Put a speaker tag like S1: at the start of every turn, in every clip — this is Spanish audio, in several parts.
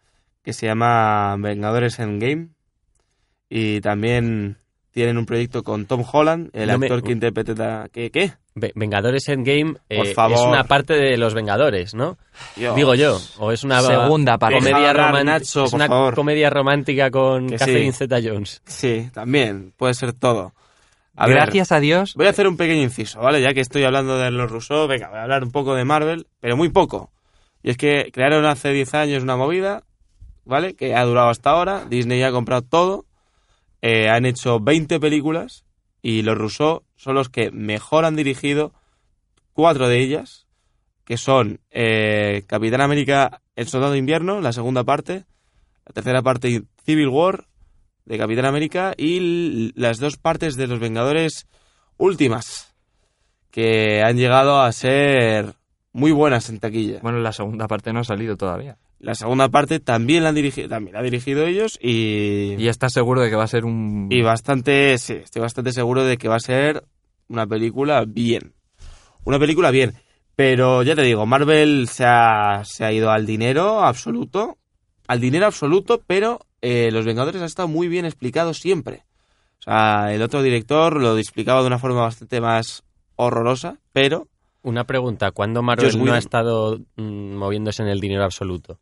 S1: que se llama Vengadores Endgame y también tienen un proyecto con Tom Holland, el
S2: No me-
S1: actor que interpreta... ¿Qué? ¿Qué?
S2: Ve- Vengadores Endgame eh,
S1: Por favor.
S2: es una parte de los Vengadores, ¿no?
S1: Dios.
S2: Digo yo. O es una
S3: Segunda parte.
S2: comedia
S1: Deja hablar,
S2: romántica.
S1: Nacho,
S2: es
S1: por
S2: una
S1: favor.
S2: comedia romántica con
S1: Que sí.
S2: Catherine Zeta Jones.
S1: Sí, también, puede ser todo. A ver.
S3: Gracias a Dios.
S1: Voy a hacer un pequeño inciso, ¿vale? Ya que estoy hablando de los Rousseau, venga, voy a hablar un poco de Marvel, pero muy poco. Y es que crearon hace 10 años una movida, ¿vale? Que ha durado hasta ahora. Disney ya ha comprado todo. Eh, han hecho 20 películas y los Rousseau son los que mejor han dirigido cuatro de ellas, que son eh, Capitán América, El Soldado de Invierno, la segunda parte, la tercera parte, Civil War, de Capitán América, y l- las dos partes de Los Vengadores últimas, que han llegado a ser muy buenas en taquilla.
S3: Bueno, la segunda parte no ha salido todavía.
S1: La segunda parte también la han dirigido, también la han dirigido ellos y,
S3: Y estás seguro de que va a ser un.
S1: y bastante, sí, estoy bastante seguro de que va a ser una película bien. Una película bien. Pero ya te digo, Marvel se ha, se ha ido al dinero absoluto. Al dinero absoluto, pero eh, Los Vengadores ha estado muy bien explicado siempre. O sea, el otro director lo explicaba de una forma bastante más horrorosa, pero
S2: Una pregunta, ¿cuándo
S1: Joss
S2: Marvel no
S1: Whedon.
S2: ha estado mm, moviéndose en el dinero absoluto?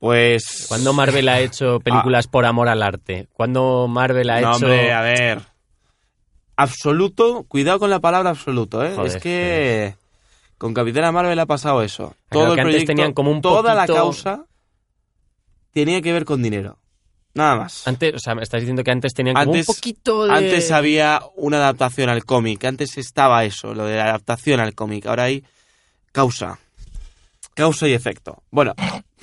S1: pues...
S2: ¿Cuándo Marvel ha hecho películas por amor al arte? ¿Cuándo Marvel ha
S1: Ah. no,
S2: hecho...
S1: hombre, a ver. Absoluto, cuidado con la palabra absoluto, ¿eh?
S2: Joder,
S1: es que con Capitana Marvel ha pasado eso.
S2: claro,
S1: Todo el
S2: que antes
S1: proyecto,
S2: tenían como un
S1: toda la
S2: poquito-
S1: causa tenía que ver con dinero. Nada más.
S2: Antes, o sea, me estás diciendo que antes tenían como
S1: Antes-
S2: un poquito de...
S1: Antes había una adaptación al cómic, antes estaba eso, lo de la adaptación al cómic. Ahora hay causa. Causa y efecto. Bueno,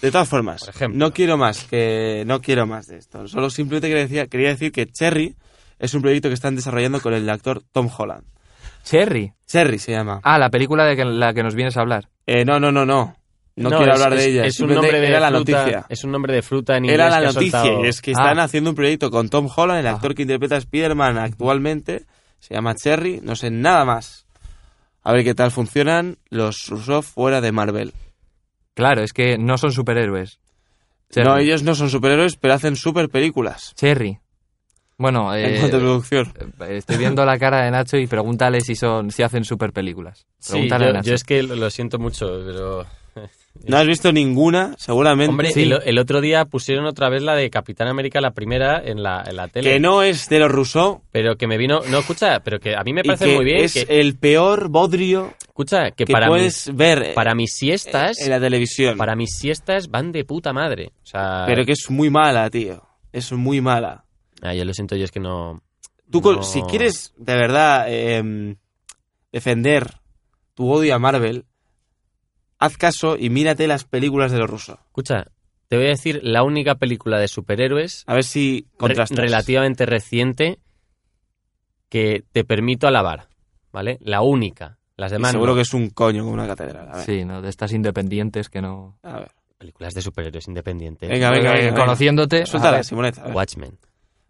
S1: de todas formas,
S2: Por ejemplo.
S1: no quiero más que no quiero más de esto. Solo simplemente quería decir, quería decir que Cherry es un proyecto que están desarrollando con el actor Tom Holland.
S3: Cherry.
S1: Cherry se llama.
S3: Ah, la película de que- la que nos vienes a hablar.
S1: Eh, no, no, no, no. No, quiero
S2: es-
S1: hablar de
S2: es-
S1: ella.
S2: Es un
S1: Simplemente
S2: nombre de
S1: era la
S2: fruta-
S1: noticia.
S2: Es un nombre de fruta en inglés
S1: Era la
S2: que ha
S1: noticia,
S2: soltado-
S1: y es que están
S3: Ah.
S1: haciendo un proyecto con Tom Holland, el actor
S3: Ah.
S1: que interpreta a Spider-Man actualmente, se llama Cherry, no sé nada más. A ver qué tal funcionan los Russo fuera de Marvel.
S3: Claro, es que no son superhéroes. Cherry.
S1: No, ellos no son superhéroes, pero hacen super películas.
S3: Cherry. Bueno, eh,
S1: en cuanto a producción.
S3: estoy viendo la cara de Nacho y pregúntale si son, si hacen super películas.
S2: Sí,
S3: Pregúntale a
S2: yo,
S3: Nacho.
S2: yo es que lo, lo siento mucho, pero...
S1: No has visto ninguna, seguramente.
S2: Hombre,
S3: Sí.
S2: el, el otro día pusieron otra vez la de Capitán América, la primera, en la, en la tele.
S1: que no es de los Russo.
S2: Pero que me vino... No, escucha, pero que a mí me
S1: y
S2: parece
S1: que
S2: muy bien.
S1: es
S2: que-
S1: el peor bodrio
S2: escucha, que,
S1: que
S2: para,
S1: puedes ver
S2: mis, para mis siestas...
S1: en la televisión.
S2: Para mis siestas van de puta madre. O sea,
S1: Pero que es muy mala, tío. Es muy mala.
S2: ah, yo lo siento, yo es que no.
S1: Tú, con-
S2: no-
S1: si quieres de verdad em, defender tu odio a Marvel, haz caso y mírate las películas de los rusos.
S2: Escucha, te voy a decir la única película de superhéroes
S1: A ver si
S2: re-
S1: contrastas.
S2: relativamente reciente que te permito alabar, ¿vale? La única. Las
S1: Y
S2: demás
S1: Seguro
S2: no.
S1: que es un coño como una catedral. A ver.
S3: Sí, ¿no? De estas independientes que no...
S1: A ver.
S2: películas de superhéroes independientes.
S1: Venga, venga,
S3: Eh,
S1: venga. venga.
S3: Conociéndote... a
S1: Suéltala,
S3: ver,
S1: Simoneta. a ver.
S2: Watchmen,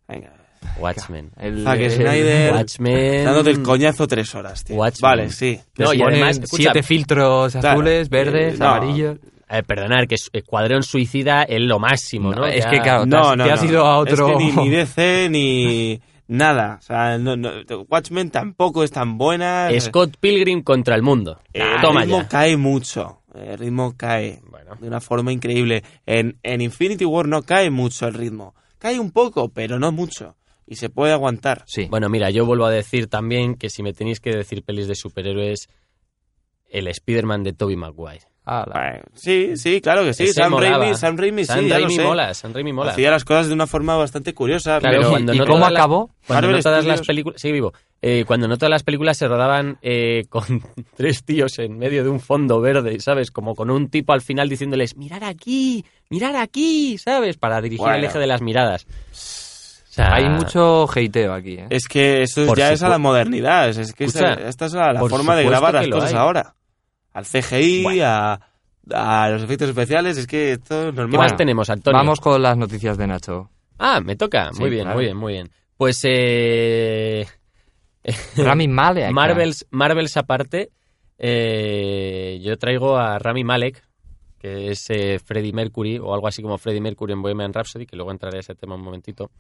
S1: Venga.
S2: Watchmen,
S3: el-
S1: Zack
S3: el-
S1: Snyder.
S2: Watchmen.
S1: Dándote el coñazo tres horas, tío.
S2: Watchmen.
S1: Vale, sí.
S2: No,
S3: les
S2: y
S3: ponen
S2: además, escucha,
S3: siete filtros
S1: Claro.
S3: azules, verdes,
S1: Eh, no.
S3: amarillos...
S2: eh, perdonar, que su- eh, Cuadrón Suicida es lo máximo, ¿no?
S3: No, es
S2: Ya-
S3: que, claro, te
S1: No,
S3: has,
S1: no,
S3: te has
S1: no.
S3: ido a otro...
S1: Es que ni, ni DC ni nada. O sea, no, no, Watchmen tampoco es tan buena.
S2: Scott Pilgrim contra el mundo.
S1: Eh,
S2: Toma
S1: el ritmo
S2: ya.
S1: cae mucho. El ritmo cae
S2: Bueno.
S1: de una forma increíble. En, en Infinity War no cae mucho el ritmo. Cae un poco, pero no mucho. Y se puede aguantar.
S3: Sí.
S2: Bueno, mira, yo vuelvo a decir también que si me tenéis que decir pelis de superhéroes, el Spider-Man de Tobey Maguire.
S3: Ala.
S1: Bueno, sí, sí, claro que sí.
S2: Ese
S1: Sam
S2: molaba.
S1: Raimi, Sam Raimi, sí,
S2: Sam
S1: ya lo
S2: Raimi
S1: sé.
S2: mola, Sam Raimi mola.
S1: Hacía las cosas de una forma bastante curiosa.
S2: Claro,
S1: pero
S2: cuando
S3: ¿Y
S2: no te
S3: cómo
S2: da la-
S3: acabó?
S2: Cuando
S1: Marvel
S2: no todas
S1: Studios-
S2: las películas... Sigue vivo. Eh, cuando no todas las películas se rodaban eh, con tres tíos en medio de un fondo verde, ¿sabes? Como con un tipo al final diciéndoles, mirar aquí, mirar aquí, ¿sabes? Para dirigir el
S1: Bueno.
S2: eje de las miradas. O sea,
S3: Hay mucho hateo aquí, ¿eh?
S1: Es que eso
S2: Por
S1: ya es a la
S2: supu-
S1: modernidad. Es, es que esa-
S2: Escucha,
S1: esta es la, la
S2: por
S1: forma de
S2: supuesto
S1: grabar
S2: que
S1: las
S2: lo
S1: cosas
S2: hay.
S1: ahora. Al CGI,
S2: Bueno.
S1: a, a los efectos especiales. Es que esto es normal.
S2: ¿Qué más tenemos, Antonio?
S3: Vamos con las noticias de Nacho.
S2: Ah, me toca.
S3: Sí,
S2: muy bien,
S3: claro.
S2: muy bien, muy bien. Pues eh,
S3: Rami Malek.
S2: Marvels, Marvels aparte, eh, yo traigo a Rami Malek, que es eh, Freddie Mercury, o algo así como Freddie Mercury en Bohemian Rhapsody, que luego entraré a ese tema un momentito.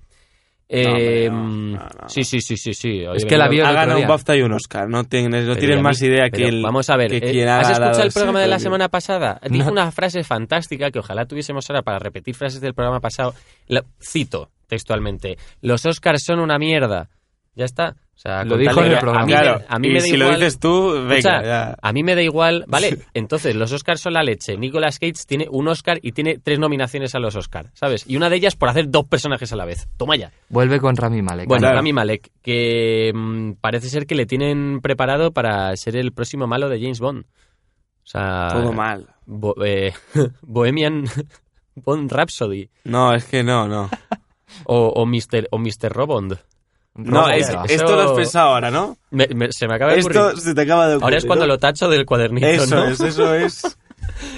S2: Eh,
S1: hombre, no,
S2: mm,
S1: no, no.
S2: Sí, sí, sí, sí, sí. Hoy
S3: Es que la vio
S2: venía-
S3: el
S1: Ha
S3: otro
S1: ganado un
S3: día.
S1: BAFTA y un Oscar. No, tienes, no
S2: Pero y
S1: tienen
S2: a
S1: más
S2: mí-
S1: idea
S2: pero
S1: que el.
S2: Vamos a ver,
S1: que
S2: eh,
S1: quien ha
S2: ¿has
S1: dado
S2: escuchado el
S1: ese
S2: programa de la
S1: premio.
S2: semana pasada? Dijo
S3: No.
S2: una frase fantástica que ojalá tuviésemos ahora para repetir frases del programa pasado. La- cito textualmente, los Oscars son una mierda. Ya está. O sea,
S3: Lo
S2: con
S3: dijo
S2: tal
S3: en
S2: de
S3: el
S2: que-
S3: programa.
S2: A mí,
S1: Claro,
S2: me, a mí
S1: y
S2: me da
S1: si
S2: igual,
S1: lo dices tú, venga.
S2: escucha,
S1: ya.
S2: a mí me da igual, vale, entonces los Oscars son la leche. Nicolas Cage tiene un Oscar y tiene tres nominaciones a los Oscars, ¿sabes? Y una de ellas por hacer dos personajes a la vez. Toma ya.
S3: Vuelve con Rami Malek.
S2: Bueno,
S1: Claro.
S2: Rami Malek, que mm, parece ser que le tienen preparado para ser el próximo malo de James Bond. O sea,
S1: Todo mal.
S2: Bo- eh, Bohemian Bond Rhapsody
S1: No, es que no, no.
S2: o, o Mr. o Mr. Robond.
S1: No,
S3: Robo
S1: es-
S3: ya.
S1: esto
S2: Eso-
S1: lo has pensado ahora, ¿no?
S2: Me- me- se me acaba de ocurrir.
S1: Esto se te acaba de ocurrir.
S2: Ahora es cuando
S1: ¿no?
S2: lo tacho del cuadernito,
S1: Eso
S2: ¿no?
S1: es, eso es.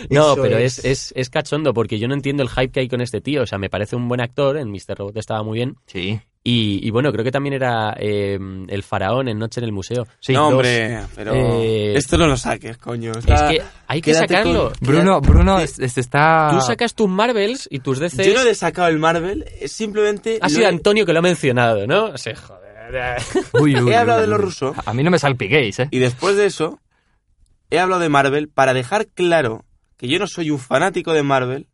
S2: No,
S1: Eso
S2: pero
S1: es.
S2: es. Es, es cachondo porque yo no entiendo el hype que hay con este tío. O sea, me parece un buen actor, en Mr. Robot estaba muy bien.
S3: Sí.
S2: Y, y bueno, creo que también era eh, el faraón en Noche en el Museo.
S3: sí
S1: no,
S3: dos.
S1: hombre, pero.
S2: Eh,
S1: Esto no lo saques, coño.
S2: Es
S1: Está-
S2: que hay que
S1: quédate
S2: sacarlo.
S1: con- Ah.
S3: Bruno, Bruno es- es- está...
S2: Tú sacas tus Marvels y tus DCs.
S1: Yo no le he sacado el Marvel, eh, simplemente.
S2: Ha
S1: lo
S2: sido
S1: he-
S2: Antonio que lo ha mencionado, ¿no? O sea, joder.
S3: Uy, uy, uy,
S1: hablado
S3: uy,
S1: de los
S3: uy.
S1: rusos.
S3: A mí no me salpiquéis, ¿eh?
S1: Y después de eso, he hablado de Marvel para dejar claro que yo no soy un fanático de Marvel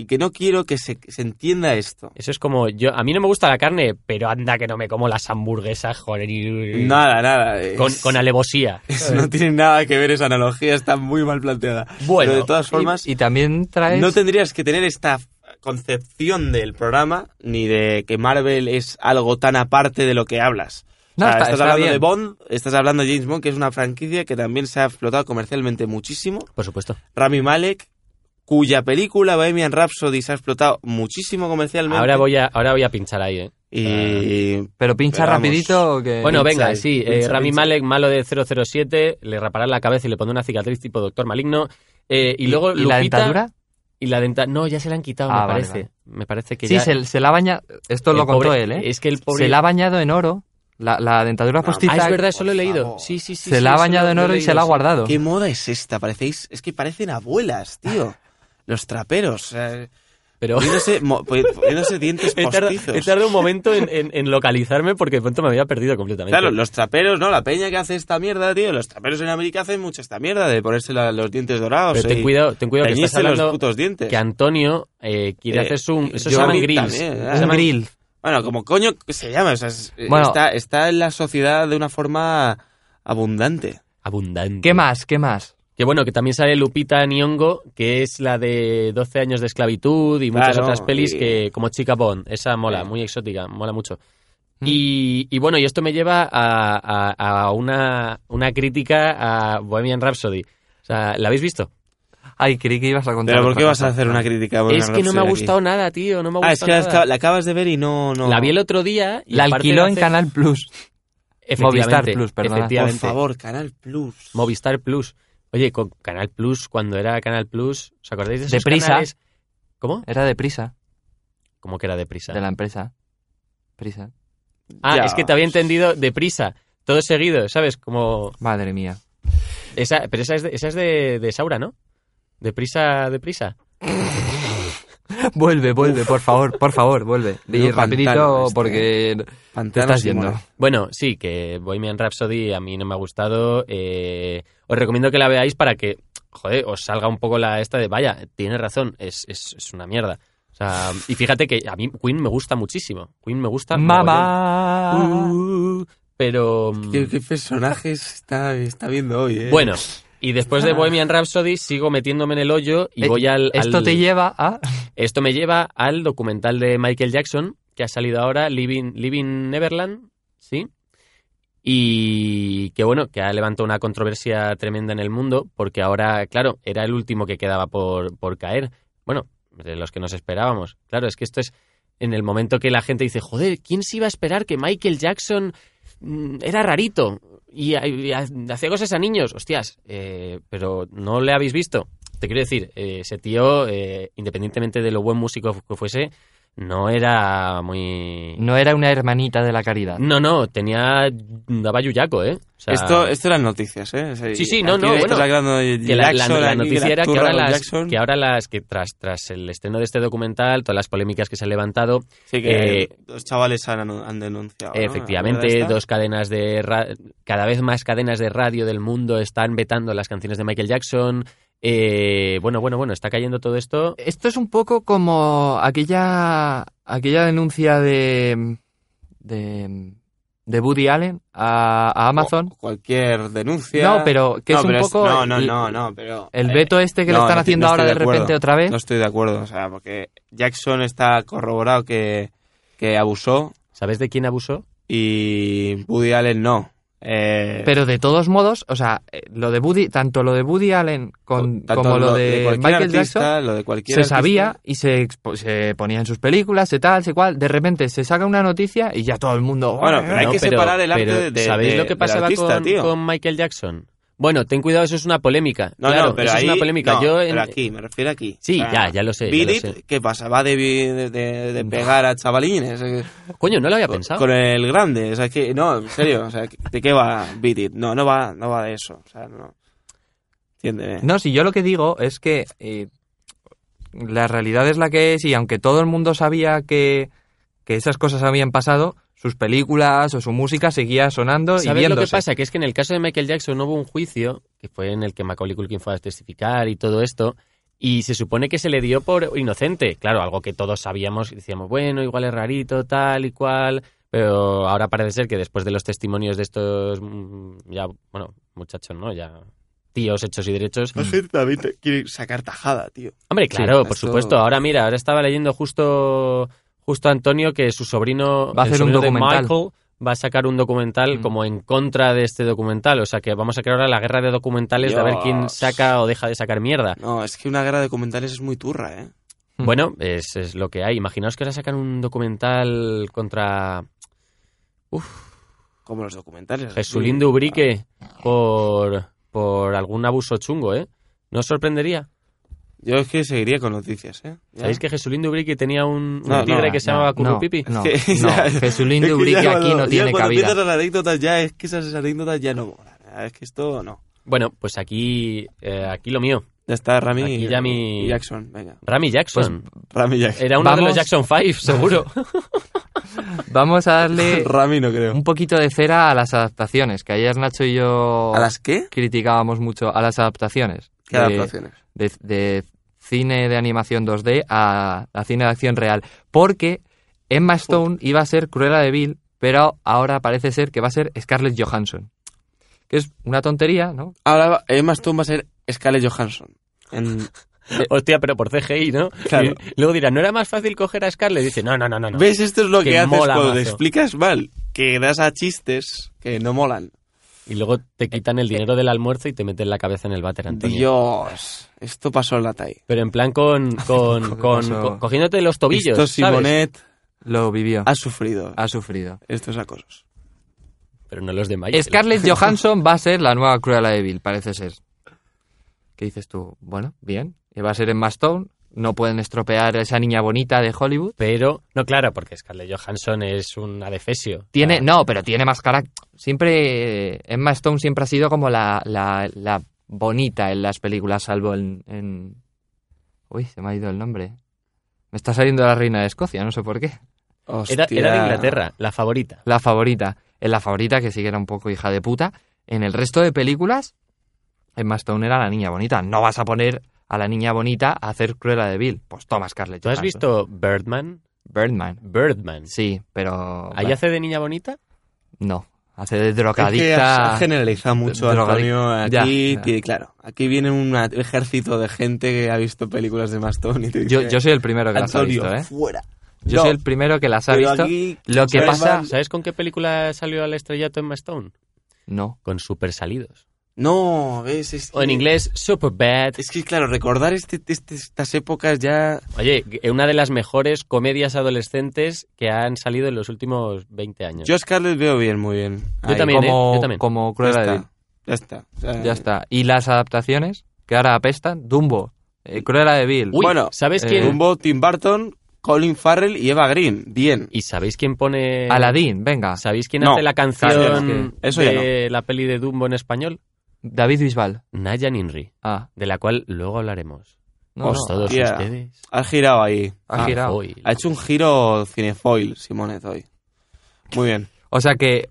S1: y que no quiero que se, que se entienda esto.
S2: Eso es como yo. A mí no me gusta la carne, pero anda que no me como las hamburguesas, joder. y-
S1: Nada, nada. es-
S2: Con, con alevosía.
S1: es- no tiene nada que ver esa analogía, está muy mal planteada.
S2: Bueno,
S1: Pero de todas formas,
S3: Y, y también traes...
S1: no tendrías que tener esta concepción del programa ni de que Marvel es algo tan aparte de lo que hablas.
S3: No,
S1: O sea,
S2: Ah,
S3: está-
S1: estás
S3: está
S1: hablando
S3: bien.
S1: de Bond, estás hablando de James Bond, que es una franquicia que también se ha explotado comercialmente muchísimo.
S2: Por supuesto.
S1: Rami Malek, cuya película Bohemian Rhapsody se ha explotado muchísimo comercialmente.
S2: Ahora voy a, ahora voy a pinchar ahí, ¿eh?
S1: Y...
S3: Pero pincha
S1: Pero vamos.
S3: rapidito que...
S1: pincha
S2: Bueno, venga,
S1: ahí,
S2: sí. eh,
S1: pincha,
S2: Rami
S1: pincha.
S2: Malek, malo de 007, le rapará la cabeza y le pondrá una cicatriz tipo doctor maligno. Eh, y luego
S3: ¿Y la
S2: Lupita-
S3: dentadura?
S2: Y la denta- No, ya se la han quitado,
S3: Ah,
S2: me
S3: vale,
S2: parece.
S3: vale.
S2: Me parece que
S3: Sí,
S2: ya.
S3: se, se la ha bañado... Esto
S2: el
S3: lo contó
S2: pobre-
S3: él, ¿eh?
S2: Es que el pobre.
S3: Se la ha bañado en oro. La, la dentadura postiza...
S2: Ah, es verdad, eso lo he
S1: Por
S2: leído.
S1: favor.
S2: Sí, sí, sí.
S3: se
S2: sí,
S3: la ha
S2: eso
S3: bañado
S2: lo-
S3: en
S2: lo he
S3: oro y
S2: leído,
S3: se la ha
S2: sí.
S3: guardado.
S1: ¿Qué moda es esta? Parecéis, es que parecen abuelas, tío. Los traperos. eh,
S2: Pero
S1: Poniéndose, mo- poni- poniéndose dientes
S2: he tardado,
S1: postizos.
S2: he tardado un momento en, en- en localizarme porque de pronto me había perdido completamente.
S1: Claro, los traperos, ¿no? La peña que hace esta mierda, tío. Los traperos en América hacen mucha esta mierda de ponerse la- los dientes dorados.
S2: Pero ten
S1: y
S2: cuidado, ten cuidado que estás
S1: teñirse los
S2: hablando
S1: putos dientes.
S2: que Antonio eh, quiere
S1: Eh,
S2: hacer su... Eso se
S1: yo a
S2: llaman
S1: mí
S2: grills.
S1: también,
S2: Se
S1: ah.
S2: llaman-
S3: Un grill.
S1: Bueno, como coño se llama. O sea, es-
S3: Bueno.
S1: está, está en la sociedad de una forma abundante.
S2: Abundante.
S3: ¿Qué más? ¿Qué más?
S2: Que bueno, que también sale Lupita Nyong'o, que es la de 12 años de esclavitud y muchas
S1: Claro,
S2: otras pelis
S1: y-
S2: que como Chica Bond. Esa mola,
S1: Sí.
S2: muy exótica, mola mucho. Mm. Y, y bueno, y esto me lleva a, a- a una, una crítica a Bohemian Rhapsody. O sea, ¿la habéis visto?
S3: Ay, creí que ibas a contar.
S1: Pero ¿por
S3: otra
S1: qué vas a
S3: cosa.
S1: hacer una crítica? a Bohemian
S2: Es que no me ha
S1: Rhapsody
S2: gustado
S1: aquí?
S2: nada, tío. No me ha
S1: Ah,
S2: gustado
S1: es que la,
S2: nada.
S1: acab- la acabas de ver y no... no.
S2: La vi el otro día y
S3: La
S2: aparte
S3: alquiló
S2: de
S3: en
S2: hacer-
S3: Canal Plus.
S2: Efectivamente,
S3: Movistar Plus, perdona.
S1: Por
S2: Efectivamente.
S1: favor, Canal Plus.
S2: Movistar Plus. Oye, con Canal Plus, cuando era Canal Plus, ¿os acordáis de esos
S3: Deprisa.
S2: canales? ¿Cómo?
S3: Era de Prisa,
S2: ¿Cómo que era deprisa?
S3: de la empresa. Prisa.
S2: Ah,
S1: Ya.
S2: es que te había entendido deprisa. Todo seguido, ¿sabes? Como...
S3: Madre mía.
S2: Esa, pero esa es, de, esa es de, de Saura, ¿no? Deprisa, deprisa.
S3: Vuelve, vuelve, por favor, por favor, vuelve. Y
S1: Menudo
S3: rapidito
S1: pantano este,
S3: porque te
S1: Pantano
S3: estás
S1: Simone.
S3: yendo.
S2: Bueno, sí, que Bohemian Rhapsody a mí no me ha gustado. eh, os recomiendo que la veáis para que, joder, os salga un poco la esta de, vaya, tiene razón, es, es, es una mierda. O sea, y fíjate que a mí Queen me gusta muchísimo. Queen me gusta.
S3: Mamá.
S2: mogollón. Uh, pero. mm,
S1: ¿Qué, qué personajes está, está viendo hoy, eh?
S2: Bueno, y después de Bohemian Rhapsody sigo metiéndome en el hoyo y
S3: Ah. Eh,
S2: voy al. al-
S3: Esto te lleva a...
S2: esto me lleva al documental de Michael Jackson, que ha salido ahora, Living, Living Neverland, ¿sí? Y que bueno, que ha levantado una controversia tremenda en el mundo, porque ahora, claro, era el último que quedaba por, por caer. Bueno, de los que nos esperábamos. Claro, es que esto es en el momento que la gente dice, joder, ¿quién se iba a esperar que Michael Jackson mm, era rarito y, ha- y ha- hacía cosas a niños? Hostias, eh, pero no le habéis visto. Te quiero decir, eh, ese tío, eh, independientemente de lo buen músico que fuese, no era muy...
S3: No era una hermanita de la caridad.
S1: Mm.
S2: No, no, tenía... daba yuyaco, ¿eh? O sea,
S1: esto, esto eran noticias, ¿eh? O sea,
S2: Sí, sí,
S1: y
S2: no,
S1: aquí
S2: no,
S1: estás
S2: bueno.
S1: hablando de
S2: que la, la-
S1: Jackson,
S2: la
S1: aquí, de
S2: noticia era que
S1: turra
S2: ahora,
S1: con
S2: las,
S1: Jackson.
S2: que ahora las que tras, tras el estreno de este documental, todas las polémicas que se han levantado,
S1: Sí, que
S2: eh,
S1: los chavales han, anu- han denunciado. ¿no? Ah, La
S2: Efectivamente,
S1: mierda esta.
S2: dos cadenas de ra- cada vez más cadenas de radio del mundo están vetando las canciones de Michael Jackson. Eh, bueno, bueno, bueno, está cayendo todo esto.
S3: Esto es un poco como aquella, aquella denuncia de, de, de Woody Allen a, a Amazon.
S1: O cualquier denuncia.
S3: No, pero que
S1: ah. No,
S3: es un
S1: pero
S3: poco
S1: No, no,
S3: el-
S1: no, no, pero.
S3: el
S1: eh,
S3: veto este que
S1: no,
S3: le están
S1: no estoy-
S3: haciendo
S1: no
S3: ahora de
S1: estoy de acuerdo.
S3: repente otra
S2: ¿eh?
S3: vez.
S1: No estoy de acuerdo, o sea, porque Jackson está corroborado que, que abusó
S2: ¿Sabes de quién abusó?
S1: y Woody Allen no. Eh,
S3: Pero de todos modos, o sea, eh, lo de Woody, tanto lo de Woody Allen con-
S1: tanto
S3: como lo de,
S1: cualquier
S3: Michael
S1: artista,
S3: Jackson
S1: lo de cualquier
S3: se
S1: artista,
S3: sabía y se, expo- se ponía en sus películas, se tal, se cual. De repente se saca una noticia y ya todo el mundo.
S1: Bueno, pero hay
S2: No,
S1: que separar el arte
S2: pero
S1: de- de-
S2: ¿Sabéis
S1: de-
S2: lo que
S1: del
S2: pasaba
S1: artista,
S2: con,
S1: tío?
S2: con Michael Jackson? Bueno, ten cuidado, eso es una polémica.
S1: No,
S2: Claro,
S1: no, pero
S2: eso
S1: ahí,
S2: es una polémica.
S1: no,
S2: Yo en-
S1: pero aquí, me refiero aquí.
S2: Sí, ya, ya lo sé, ya
S1: Beat
S2: lo
S1: It,
S2: sé.
S1: ¿qué pasa? Va de, de, de- de pegar a chavalines. eh,
S2: Coño, no lo había
S1: con-
S2: pensado.
S1: Con el grande. O sea, que, no, en serio. O sea, ¿de qué va Beat It? No, no va, no va de eso. O sea, no. Entiéndeme.
S3: No, si yo lo que digo es que eh, la realidad es la que es y aunque todo el mundo sabía que, que esas cosas habían pasado, sus películas o su música seguía sonando y
S2: ¿Sabes lo que
S3: viéndose.
S2: pasa? Que es que en el caso de Michael Jackson hubo un juicio, que fue en el que Macaulay Culkin fue a testificar y todo esto, y se supone que se le dio por inocente. Claro, algo que todos sabíamos y decíamos, bueno, igual es rarito, tal y cual, pero ahora parece ser que después de los testimonios de estos, mm, ya, bueno, muchachos, ¿no? Ya tíos hechos y derechos,
S1: La gente también te quiere sacar tajada, tío.
S2: Hombre,
S1: Sí,
S2: claro, por
S1: esto-
S2: supuesto. Ahora mira, ahora estaba leyendo justo justo Antonio que su sobrino
S3: Va a
S2: el
S3: hacer un
S2: sobrino de
S3: documental.
S2: Michael va a sacar un documental
S3: Mm.
S2: como en contra de este documental, o sea que vamos a crear ahora la guerra de documentales de a ver quién
S1: Dios.
S2: saca o deja de sacar mierda.
S1: No, es que una guerra de documentales es muy turra, ¿eh?
S3: Mm.
S2: Bueno, es, es lo que hay. Imaginaos que ahora sacan un documental contra
S1: Como los documentales.
S2: Jesulín de Ubrique por por algún abuso chungo, ¿eh? No os sorprendería.
S1: Yo es que seguiría con noticias, ¿eh? Ya.
S2: ¿Sabéis que Jesulín de Ubrique tenía un, un
S1: No, no,
S2: tigre que se llamaba
S3: no,
S2: Currupipi?
S3: No,
S1: Es que-
S3: no,
S1: ya-
S3: Jesulín
S1: Es
S3: de
S1: que
S3: Ubrique
S1: ya
S3: aquí
S1: cuando-
S3: no
S1: ya
S3: tiene
S1: cuando
S3: cabida.
S1: empiezan las anécdotas ya, es que esas anécdotas ya no molan. Es que esto no.
S2: Bueno, pues aquí eh, aquí lo mío.
S1: Ya está, Rami
S2: Aquí ya mi-
S1: y Jackson, venga.
S2: Rami Jackson.
S1: Rami Jackson.
S2: Era uno de los
S3: Pues Vamos.
S2: Jackson 5, seguro.
S3: Vamos a darle
S1: Rami no creo.
S3: Eh, un poquito de cera a las adaptaciones, que ayer Nacho y yo
S1: ¿A las qué?
S3: criticábamos mucho a las adaptaciones.
S1: ¿Qué
S3: De-
S1: adaptaciones?
S3: de, de cine de animación 2D a, a cine de acción real. Porque Emma Stone iba a ser Cruella de Vil, pero ahora parece ser que va a ser Scarlett Johansson. Que es una tontería, ¿no?
S1: Ahora va- Emma Stone va a ser Scarlett Johansson. En-
S2: Hostia, pero por CGI, ¿no?
S1: Claro.
S2: Y luego dirá, ¿no era más fácil coger a Scarlett? Y dice, no, no, no, no. no.
S1: ¿Ves? Esto es lo que,
S2: Que
S1: haces
S2: mola
S1: cuando te
S2: mazo.
S1: explicas mal. Que das a chistes que no molan.
S2: Y luego te quitan
S3: Eh,
S2: el dinero del almuerzo y te meten la cabeza en el váter, Antonio.
S1: Dios, esto pasó en la TAI.
S2: Pero en plan con, con,
S3: poco
S2: con-
S3: pasó.
S2: co- cogiéndote los tobillos,
S1: Esto
S2: ¿sabes?
S1: Simonet
S3: Lo vivió.
S1: ha sufrido
S3: Ha sufrido.
S1: estos acosos.
S2: Pero no los de Michael.
S3: Scarlett Johansson va a ser la nueva Cruella de Vil, parece ser. ¿Qué dices tú? Bueno, bien. Y va a ser en Mastone. No pueden estropear a esa niña bonita de Hollywood.
S2: Pero, no, claro, porque Scarlett Johansson es un adefesio.
S3: Tiene, no, pero tiene más carácter. Siempre, Emma Stone siempre ha sido como la, la, la bonita en las películas, salvo en, en- Uy, se me ha ido el nombre. Me está saliendo la reina de Escocia, no sé por qué.
S2: Era,
S1: Hostia.
S2: era de Inglaterra, la favorita.
S3: La favorita. En la favorita, que sí que era un poco hija de puta. En el resto de películas, Emma Stone era la niña bonita. No vas a poner a la niña bonita a hacer Cruella de Vil. Pues toma, Scarlett.
S2: ¿Tú has
S3: Johansson.
S2: visto Birdman?
S3: Birdman?
S2: Birdman.
S3: Sí, pero...
S2: ¿Ahí hace de niña bonita?
S3: No, hace de
S1: Es que
S3: drogadicta...
S1: se generaliza mucho,
S3: Drogadicta.
S1: Antonio.
S3: Ya,
S1: Aquí,
S3: ya.
S1: tiene- claro, aquí viene un a- ejército de gente que ha visto películas de Mastón y te dice,
S3: Yo, yo soy el primero que las ha
S1: Antonio,
S3: visto, ¿eh?
S1: fuera.
S3: Yo
S1: No,
S3: soy el primero que las ha
S1: pero
S3: visto.
S1: aquí,
S3: Lo que
S1: Birdman-
S3: pasa...
S2: ¿Sabes con qué película salió al estrellato Emma Stone?
S3: No.
S2: Con Super Salidos.
S1: No, ves, es
S2: O en
S1: que-
S2: inglés, Super Bad.
S1: Es que, claro, recordar este, este- estas épocas ya...
S2: Oye, una de las mejores comedias adolescentes que han salido en los últimos 20 años.
S1: Yo a Scarlett veo bien, muy bien.
S2: Yo también,
S3: como,
S2: ¿eh? Yo también.
S3: Como
S1: Ya
S3: Cruella de Vil.
S1: está. Ya está. O sea,
S3: Ya está. ¿Y las adaptaciones? Que ahora apestan. Dumbo. eh, Cruella de Vil.
S2: Uy,
S1: bueno,
S2: ¿sabéis
S3: eh,
S2: quién?
S1: Dumbo, Tim Burton, Colin Farrell y Eva Green. Bien.
S2: ¿Y sabéis quién pone...
S3: Aladín, venga.
S2: ¿Sabéis quién
S1: No,
S2: hace la canción
S3: claro,
S1: es que eso ya
S2: de la peli de Dumbo en español?
S3: David Bisbal.
S2: Nayan Inri,
S3: Ah,
S2: de la cual luego hablaremos.
S3: no,
S2: Pues
S3: no.
S2: todos
S1: Hostia.
S2: ustedes.
S1: Ha girado ahí.
S3: Ha
S2: Ah,
S3: girado.
S2: hoy.
S1: Ha hecho un giro cinefoil, Simonet, hoy. Muy bien.
S3: O sea que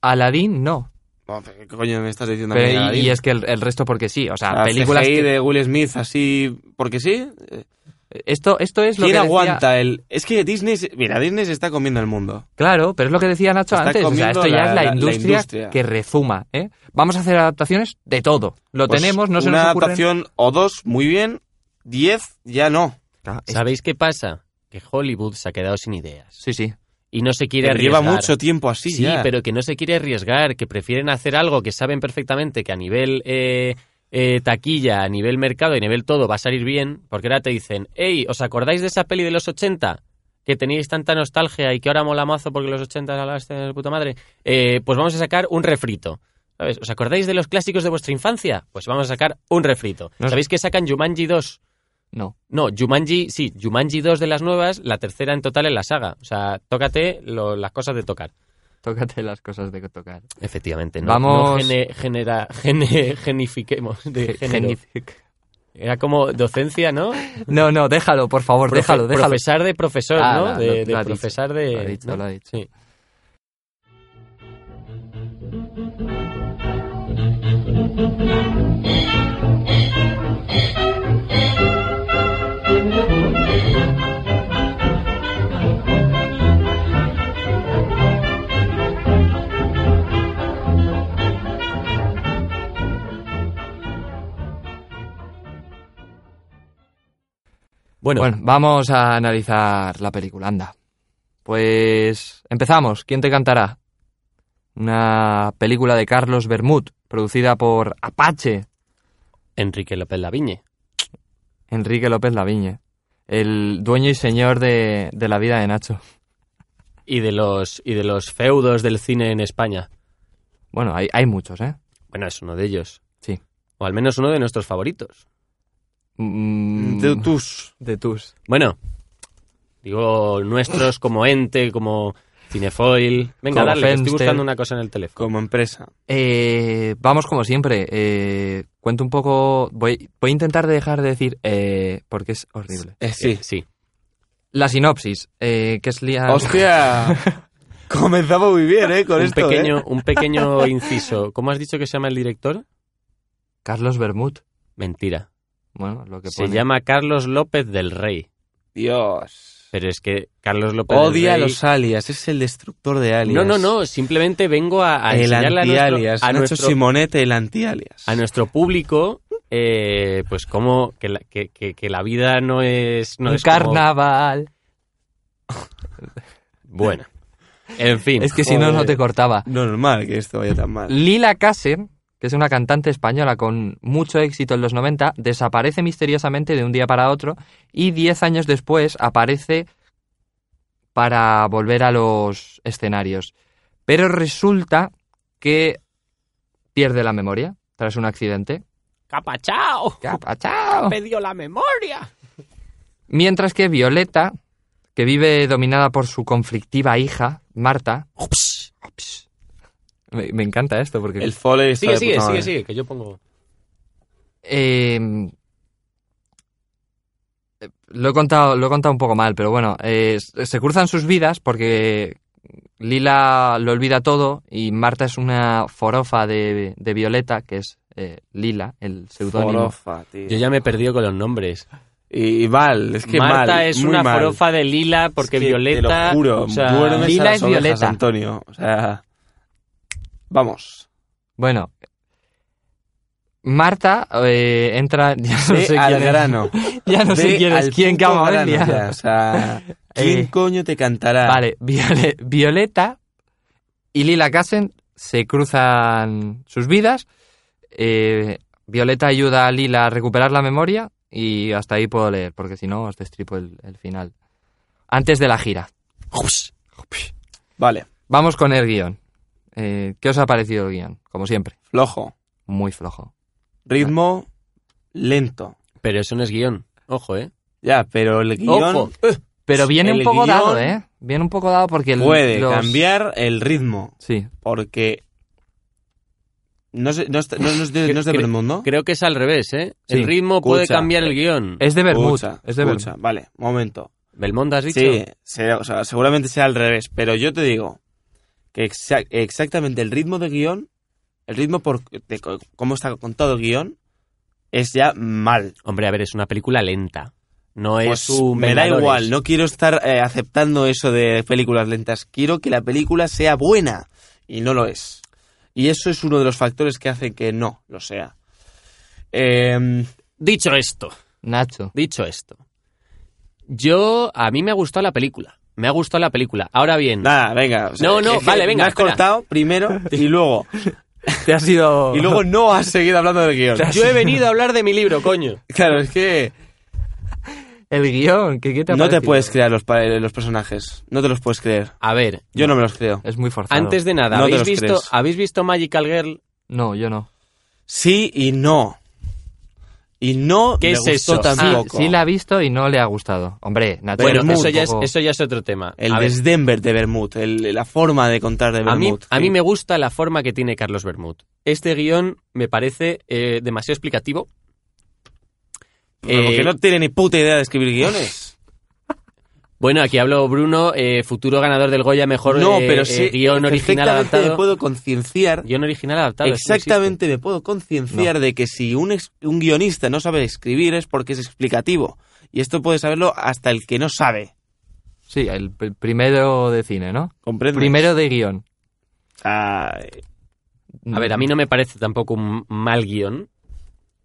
S3: Aladín no.
S1: Bueno, ¿Qué coño me estás diciendo? a mí,
S3: Pero y-
S1: Aladdin?
S3: y, es que el, el resto porque sí. O sea,
S1: La
S3: películas...
S1: CGI
S3: que-
S1: de Will Smith así... Porque sí. Eh,
S3: Esto, esto es lo
S1: ¿Quién
S3: que decía-
S1: aguanta el...? Es que Disney... se- Mira, Disney se está comiendo el mundo.
S3: Claro, pero es lo que decía Nacho
S1: Está
S3: antes. O sea,
S1: comiendo
S3: esto ya
S1: la-
S3: es
S1: la-
S3: la
S1: la
S3: industria,
S1: industria.
S3: que rezuma. ¿eh? Vamos a hacer adaptaciones de todo. Lo
S1: Pues
S3: tenemos, no se
S1: Una
S3: nos ocurren.
S1: adaptación o dos, muy bien. Diez, ya no.
S3: Ah, es-
S2: ¿Sabéis qué pasa? Que Hollywood se ha quedado sin ideas.
S3: Sí, sí.
S2: Y no se quiere
S1: Pero lleva
S2: arriesgar.
S1: mucho tiempo así
S2: Sí,
S1: ya.
S2: pero que no se quiere arriesgar, que prefieren hacer algo que saben perfectamente que a nivel eh, eh, taquilla, a nivel mercado y a nivel todo va a salir bien, porque ahora te dicen, hey, ¿os acordáis de esa peli de los 80? Que teníais tanta nostalgia y que ahora mola mazo porque los 80 era la hostia de puta madre. Eh, pues vamos a sacar un refrito. ¿Sabes? ¿Os acordáis de los clásicos de vuestra infancia? Pues vamos a sacar un refrito.
S3: No sé.
S2: ¿Sabéis que sacan Jumanji 2?
S3: No.
S2: No, Jumanji, sí, Jumanji 2 de las nuevas, la tercera en total en la saga. O sea, tócate lo- las cosas de tocar.
S3: Tócate las cosas de tocar.
S2: Efectivamente, no,
S3: Vamos-
S2: no gene- genera, gene- genifiquemos de género.
S3: Genific-
S2: Era como docencia, ¿no?
S3: No, no, déjalo, por favor,
S2: Profe-
S3: déjalo, déjalo.
S2: Profesar de profesor,
S3: Ah,
S2: ¿no?
S3: lo-
S2: de
S3: lo
S2: de
S3: ha dicho,
S2: profesar de...
S3: lo ha dicho,
S2: ¿no?
S3: lo ha dicho.
S2: Sí. Bueno,
S3: Bueno, vamos a analizar la película, anda. Pues empezamos. ¿Quién te cantará? Una película de Carlos Bermud, producida por Apache,
S2: Enrique López Laviñe.
S3: Enrique López Laviñe, el dueño y señor de, de la vida de Nacho.
S2: Y de, los, y de los feudos del cine en España.
S3: Bueno, hay, hay muchos, ¿eh?
S2: Bueno, es uno de ellos.
S3: Sí.
S2: O al menos uno de nuestros favoritos.
S3: Mm,
S1: De tus...
S3: de tus.
S2: Bueno, digo nuestros como ente, como cinefoil. Venga,
S3: Como
S2: dale, que estoy
S3: Fenster.
S2: buscando una cosa en el teléfono.
S1: Como empresa.
S3: Eh, vamos como siempre. Eh, cuento un poco. Voy, voy a intentar dejar de decir eh, porque es horrible.
S1: Eh, sí.
S2: Sí.
S3: La sinopsis, eh, que es Liam.
S1: ¡Hostia! Comenzamos muy bien, ¿eh? Con
S2: un
S1: esto,
S2: pequeño,
S1: ¿eh?
S2: un pequeño inciso. ¿Cómo has dicho que se llama el director?
S3: Carlos Bermud.
S2: Mentira.
S3: Bueno, lo que
S2: Se
S3: pone.
S2: llama Carlos López del Rey.
S1: Dios.
S2: Pero es que Carlos López
S1: Odia a
S2: del Rey...
S1: los alias. Es el destructor de alias.
S2: No, no, no. Simplemente vengo a, a
S1: el
S2: enseñarle a
S1: anti-alias.
S2: nuestro, a
S1: Nacho
S2: nuestro-
S1: Simonete, el anti-alias.
S2: a nuestro público eh, pues cómo que la, que, que- que la vida no es... No
S3: Un
S2: es como-
S3: carnaval.
S2: Bueno. En fin.
S3: Es que si no,
S1: Joder.
S3: no te cortaba.
S1: No normal que esto vaya tan mal.
S3: Lila Kasser, que es una cantante española con mucho éxito en los 90, desaparece misteriosamente de un día para otro y 10 años después aparece para volver a los escenarios. Pero resulta que pierde la memoria tras un accidente.
S2: ¡Capachao!
S3: ¡Capachao!
S2: ¡Pedió la memoria!
S3: Mientras que Violeta, que vive dominada por su conflictiva hija, Marta. Ups. Me, me encanta esto porque
S1: El foley está
S2: Sigue,
S1: de
S2: sigue,
S1: puta
S2: sigue,
S1: madre.
S2: sigue, que yo pongo...
S3: Eh, lo, he contado, lo he contado un poco mal, pero bueno, eh, se cruzan sus vidas porque Lila lo olvida todo y Marta es una forofa de, de Violeta, que es eh, Lila, el seudónimo.
S1: Forofa, tío.
S2: Yo ya me he perdido con los nombres.
S1: Y, y mal, es que
S2: Marta
S1: mal,
S2: es
S1: muy
S2: una
S1: mal.
S2: forofa de Lila porque
S1: Es que
S2: Violeta...
S1: Te lo juro,
S2: o sea,
S1: duermes
S3: Lila
S1: a las
S3: es
S1: ovejas,
S3: Violeta.
S1: Antonio. O sea, vamos.
S3: Bueno, Marta eh, entra. Ya no
S1: Ve
S3: sé
S1: al
S3: quién es.
S1: grano.
S3: Ya no sé
S1: Ve
S3: quién es
S1: al
S3: quién
S1: puto
S3: cama
S1: grano,
S3: Amelia.
S1: ya, O sea, ¿quién
S3: Eh,
S1: coño te cantará?
S3: Vale, Viole- Violeta y Lila Kassen se cruzan sus vidas. Eh, Violeta ayuda a Lila a recuperar la memoria y hasta ahí puedo leer, porque si no os destripo el, el final. Antes de la gira.
S1: Vale,
S3: Vamos con el guión. Eh, ¿Qué os ha parecido el guión? Como siempre,
S1: flojo.
S3: muy flojo.
S1: Ritmo lento.
S2: Pero eso no es guión. Ojo, ¿eh?
S1: Ya, pero el guión
S2: Ojo.
S3: Pero viene
S1: El
S3: un poco dado,
S1: guión
S3: ¿eh? Viene un poco dado porque... el-
S1: puede
S3: los-
S1: cambiar el ritmo.
S3: Sí.
S1: Porque no, sé, no, está- no, no es de, no es de
S2: Cre-
S1: Bermud, ¿no?
S2: Creo que es al revés, ¿eh?
S3: Sí.
S2: El ritmo puede
S1: Escucha. Eh,
S2: cambiar el guión.
S3: Es de Bermud.
S1: Escucha,
S3: Es de
S1: escucha.
S3: Bermud.
S1: Vale, momento.
S2: ¿Belmonte has dicho?
S1: Sí, será- o sea, seguramente sea al revés, pero yo te digo que exa- exactamente el ritmo de guión, el ritmo por de co- cómo está contado el guión, es ya mal.
S2: Hombre, a ver, es una película lenta. No
S1: Pues
S2: es un
S1: me da
S2: Vengadores.
S1: igual, no quiero estar eh, aceptando eso de películas lentas, quiero que la película sea buena y no lo es. Y eso es uno de los factores que hacen que no lo sea. Em,
S2: Dicho esto,
S3: Nacho.
S2: dicho esto. Yo, a mí me ha gustado la película. Me ha gustado la película. Ahora bien,
S1: nada, venga. o sea,
S2: No, no,
S1: es que
S2: vale, venga,
S1: Me has
S2: espera.
S1: cortado primero y luego,
S3: Te ha sido...
S1: y luego no has seguido hablando del guión.
S2: yo he venido a hablar de mi libro, coño.
S1: Claro, es que
S3: El guión, ¿qué, qué te ha
S1: no te
S3: parecido?
S1: puedes creer los, pa- eh, los personajes. No te los puedes creer.
S2: A ver,
S1: Yo no me los creo.
S3: Es muy forzado.
S2: antes de nada,
S1: No te
S2: ¿habéis,
S1: los
S2: visto,
S1: crees.
S2: ¿habéis visto Magical Girl?
S3: No, yo no.
S1: Sí y no. Y no
S2: ¿Qué
S1: me
S2: es
S1: gustó
S2: eso?
S3: Ah, Sí,
S1: tampoco.
S3: sí la ha visto y no le ha gustado. Hombre, Nacho,
S2: Bueno,
S1: Bermud,
S2: eso ya, es,
S3: tampoco-
S2: eso ya es otro tema.
S1: El
S2: a, ver,
S1: desdember de Bermud, el- la forma de contar de
S2: a mí,
S1: Bermud.
S2: a mí me gusta la forma que tiene Carlos Bermud. Este guión me parece eh, demasiado explicativo.
S1: Pero Porque
S2: Eh,
S1: no tiene ni puta idea de escribir guiones.
S2: Bueno, aquí habló Bruno, eh, futuro ganador del Goya, mejor
S1: no,
S2: eh,
S1: pero
S2: eh,
S1: sí.
S2: guión original
S1: perfectamente me
S2: adaptado.
S1: puedo concienciar.
S2: Guión original adaptado. eso no
S1: Exactamente, me puedo concienciar de que si un, ex- un guionista no sabe escribir es porque es explicativo. Y esto puede saberlo hasta el que no sabe.
S3: Sí, el pr- primero de cine, ¿no?
S2: Pues-
S1: ¿Comprendes?
S3: Primero de guión.
S1: Ay,
S2: existe. A ver, a mí no me parece tampoco un mal guión.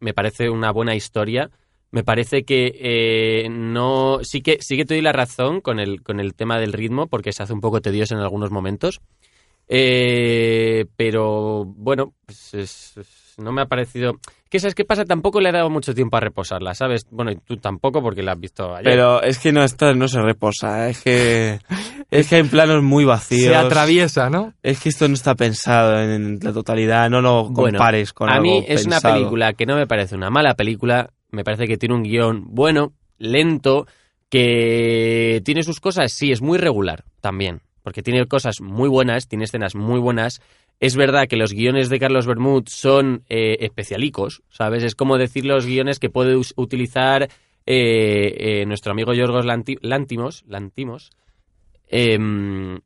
S2: Me parece una buena historia. Me parece que eh, no. Sí que, sí que te doy la razón con el, con el tema del ritmo, porque se hace un poco tedioso en algunos momentos. Eh, pero bueno, pues es- es- no me ha parecido. ¿Qué sabes qué pasa? Tampoco le he dado mucho tiempo a reposarla, ¿sabes? Bueno, y tú tampoco, porque la has visto ayer.
S1: Pero es que no, esto no se reposa, es que, es que hay planos muy vacíos.
S3: Se atraviesa, ¿no?
S1: Es que esto no está pensado en la totalidad, no lo
S2: Bueno,
S1: compares con
S2: a
S1: algo
S2: mí es
S1: pensado.
S2: una película que no me parece una mala película, me parece que tiene un guión bueno, lento, que tiene sus cosas, sí, es muy regular también, porque tiene cosas muy buenas, tiene escenas muy buenas. Es verdad que los guiones de Carlos Bermud son eh, especialicos, ¿sabes? Es como decir los guiones que puede us- utilizar eh, eh, nuestro amigo Yorgos Lanti- Lantimos, Lantimos, em,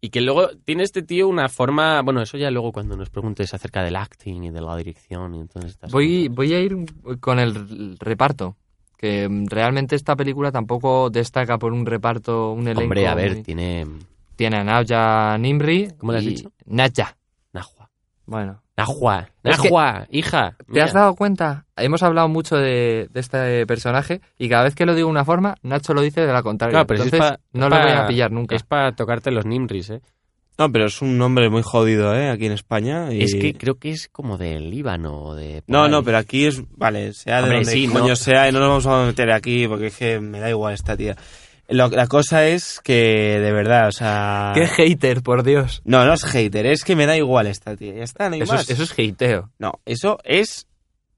S2: y que luego tiene este tío una forma. Bueno, eso ya luego cuando nos preguntes acerca del acting y de la dirección y todas estas
S3: Voy,
S2: cosas.
S3: voy a ir con el reparto. Que mm, realmente esta película tampoco destaca por un reparto, un elenco.
S2: Hombre, a ver,
S3: muy-
S2: tiene.
S3: Tiene a Naja Nimri.
S2: ¿Cómo le has
S3: y-
S2: dicho?
S3: Naja.
S2: Najwa.
S3: Bueno.
S2: Najwa.
S3: Es que-
S2: Najwa, hija.
S3: ¿Te
S2: mira.
S3: has dado cuenta? Hemos hablado mucho de, de este personaje y cada vez que lo digo de una forma, Nacho lo dice de la contraria.
S2: Claro, pero si es
S3: Entonces,
S2: pa-
S3: no lo
S2: pa-
S3: voy a pillar nunca.
S2: Es para tocarte los Nimris, ¿eh?
S1: No, pero es un nombre muy jodido, ¿eh? Aquí en España. y-
S2: Es que creo que es como del Líbano o de... por
S1: No,
S2: ahí.
S1: no, pero aquí es. Vale, sea de
S2: Hombre,
S1: donde
S2: sí, ¿no?
S1: coño sea, y no nos vamos a meter aquí porque es que me da igual esta tía. Lo- la cosa es que, de verdad, o sea.
S3: Qué hater, por Dios.
S1: No, no es hater, es que me da igual esta tía. Ya está, no hay
S3: Eso
S1: más.
S3: es, eso es hateo.
S1: No, eso es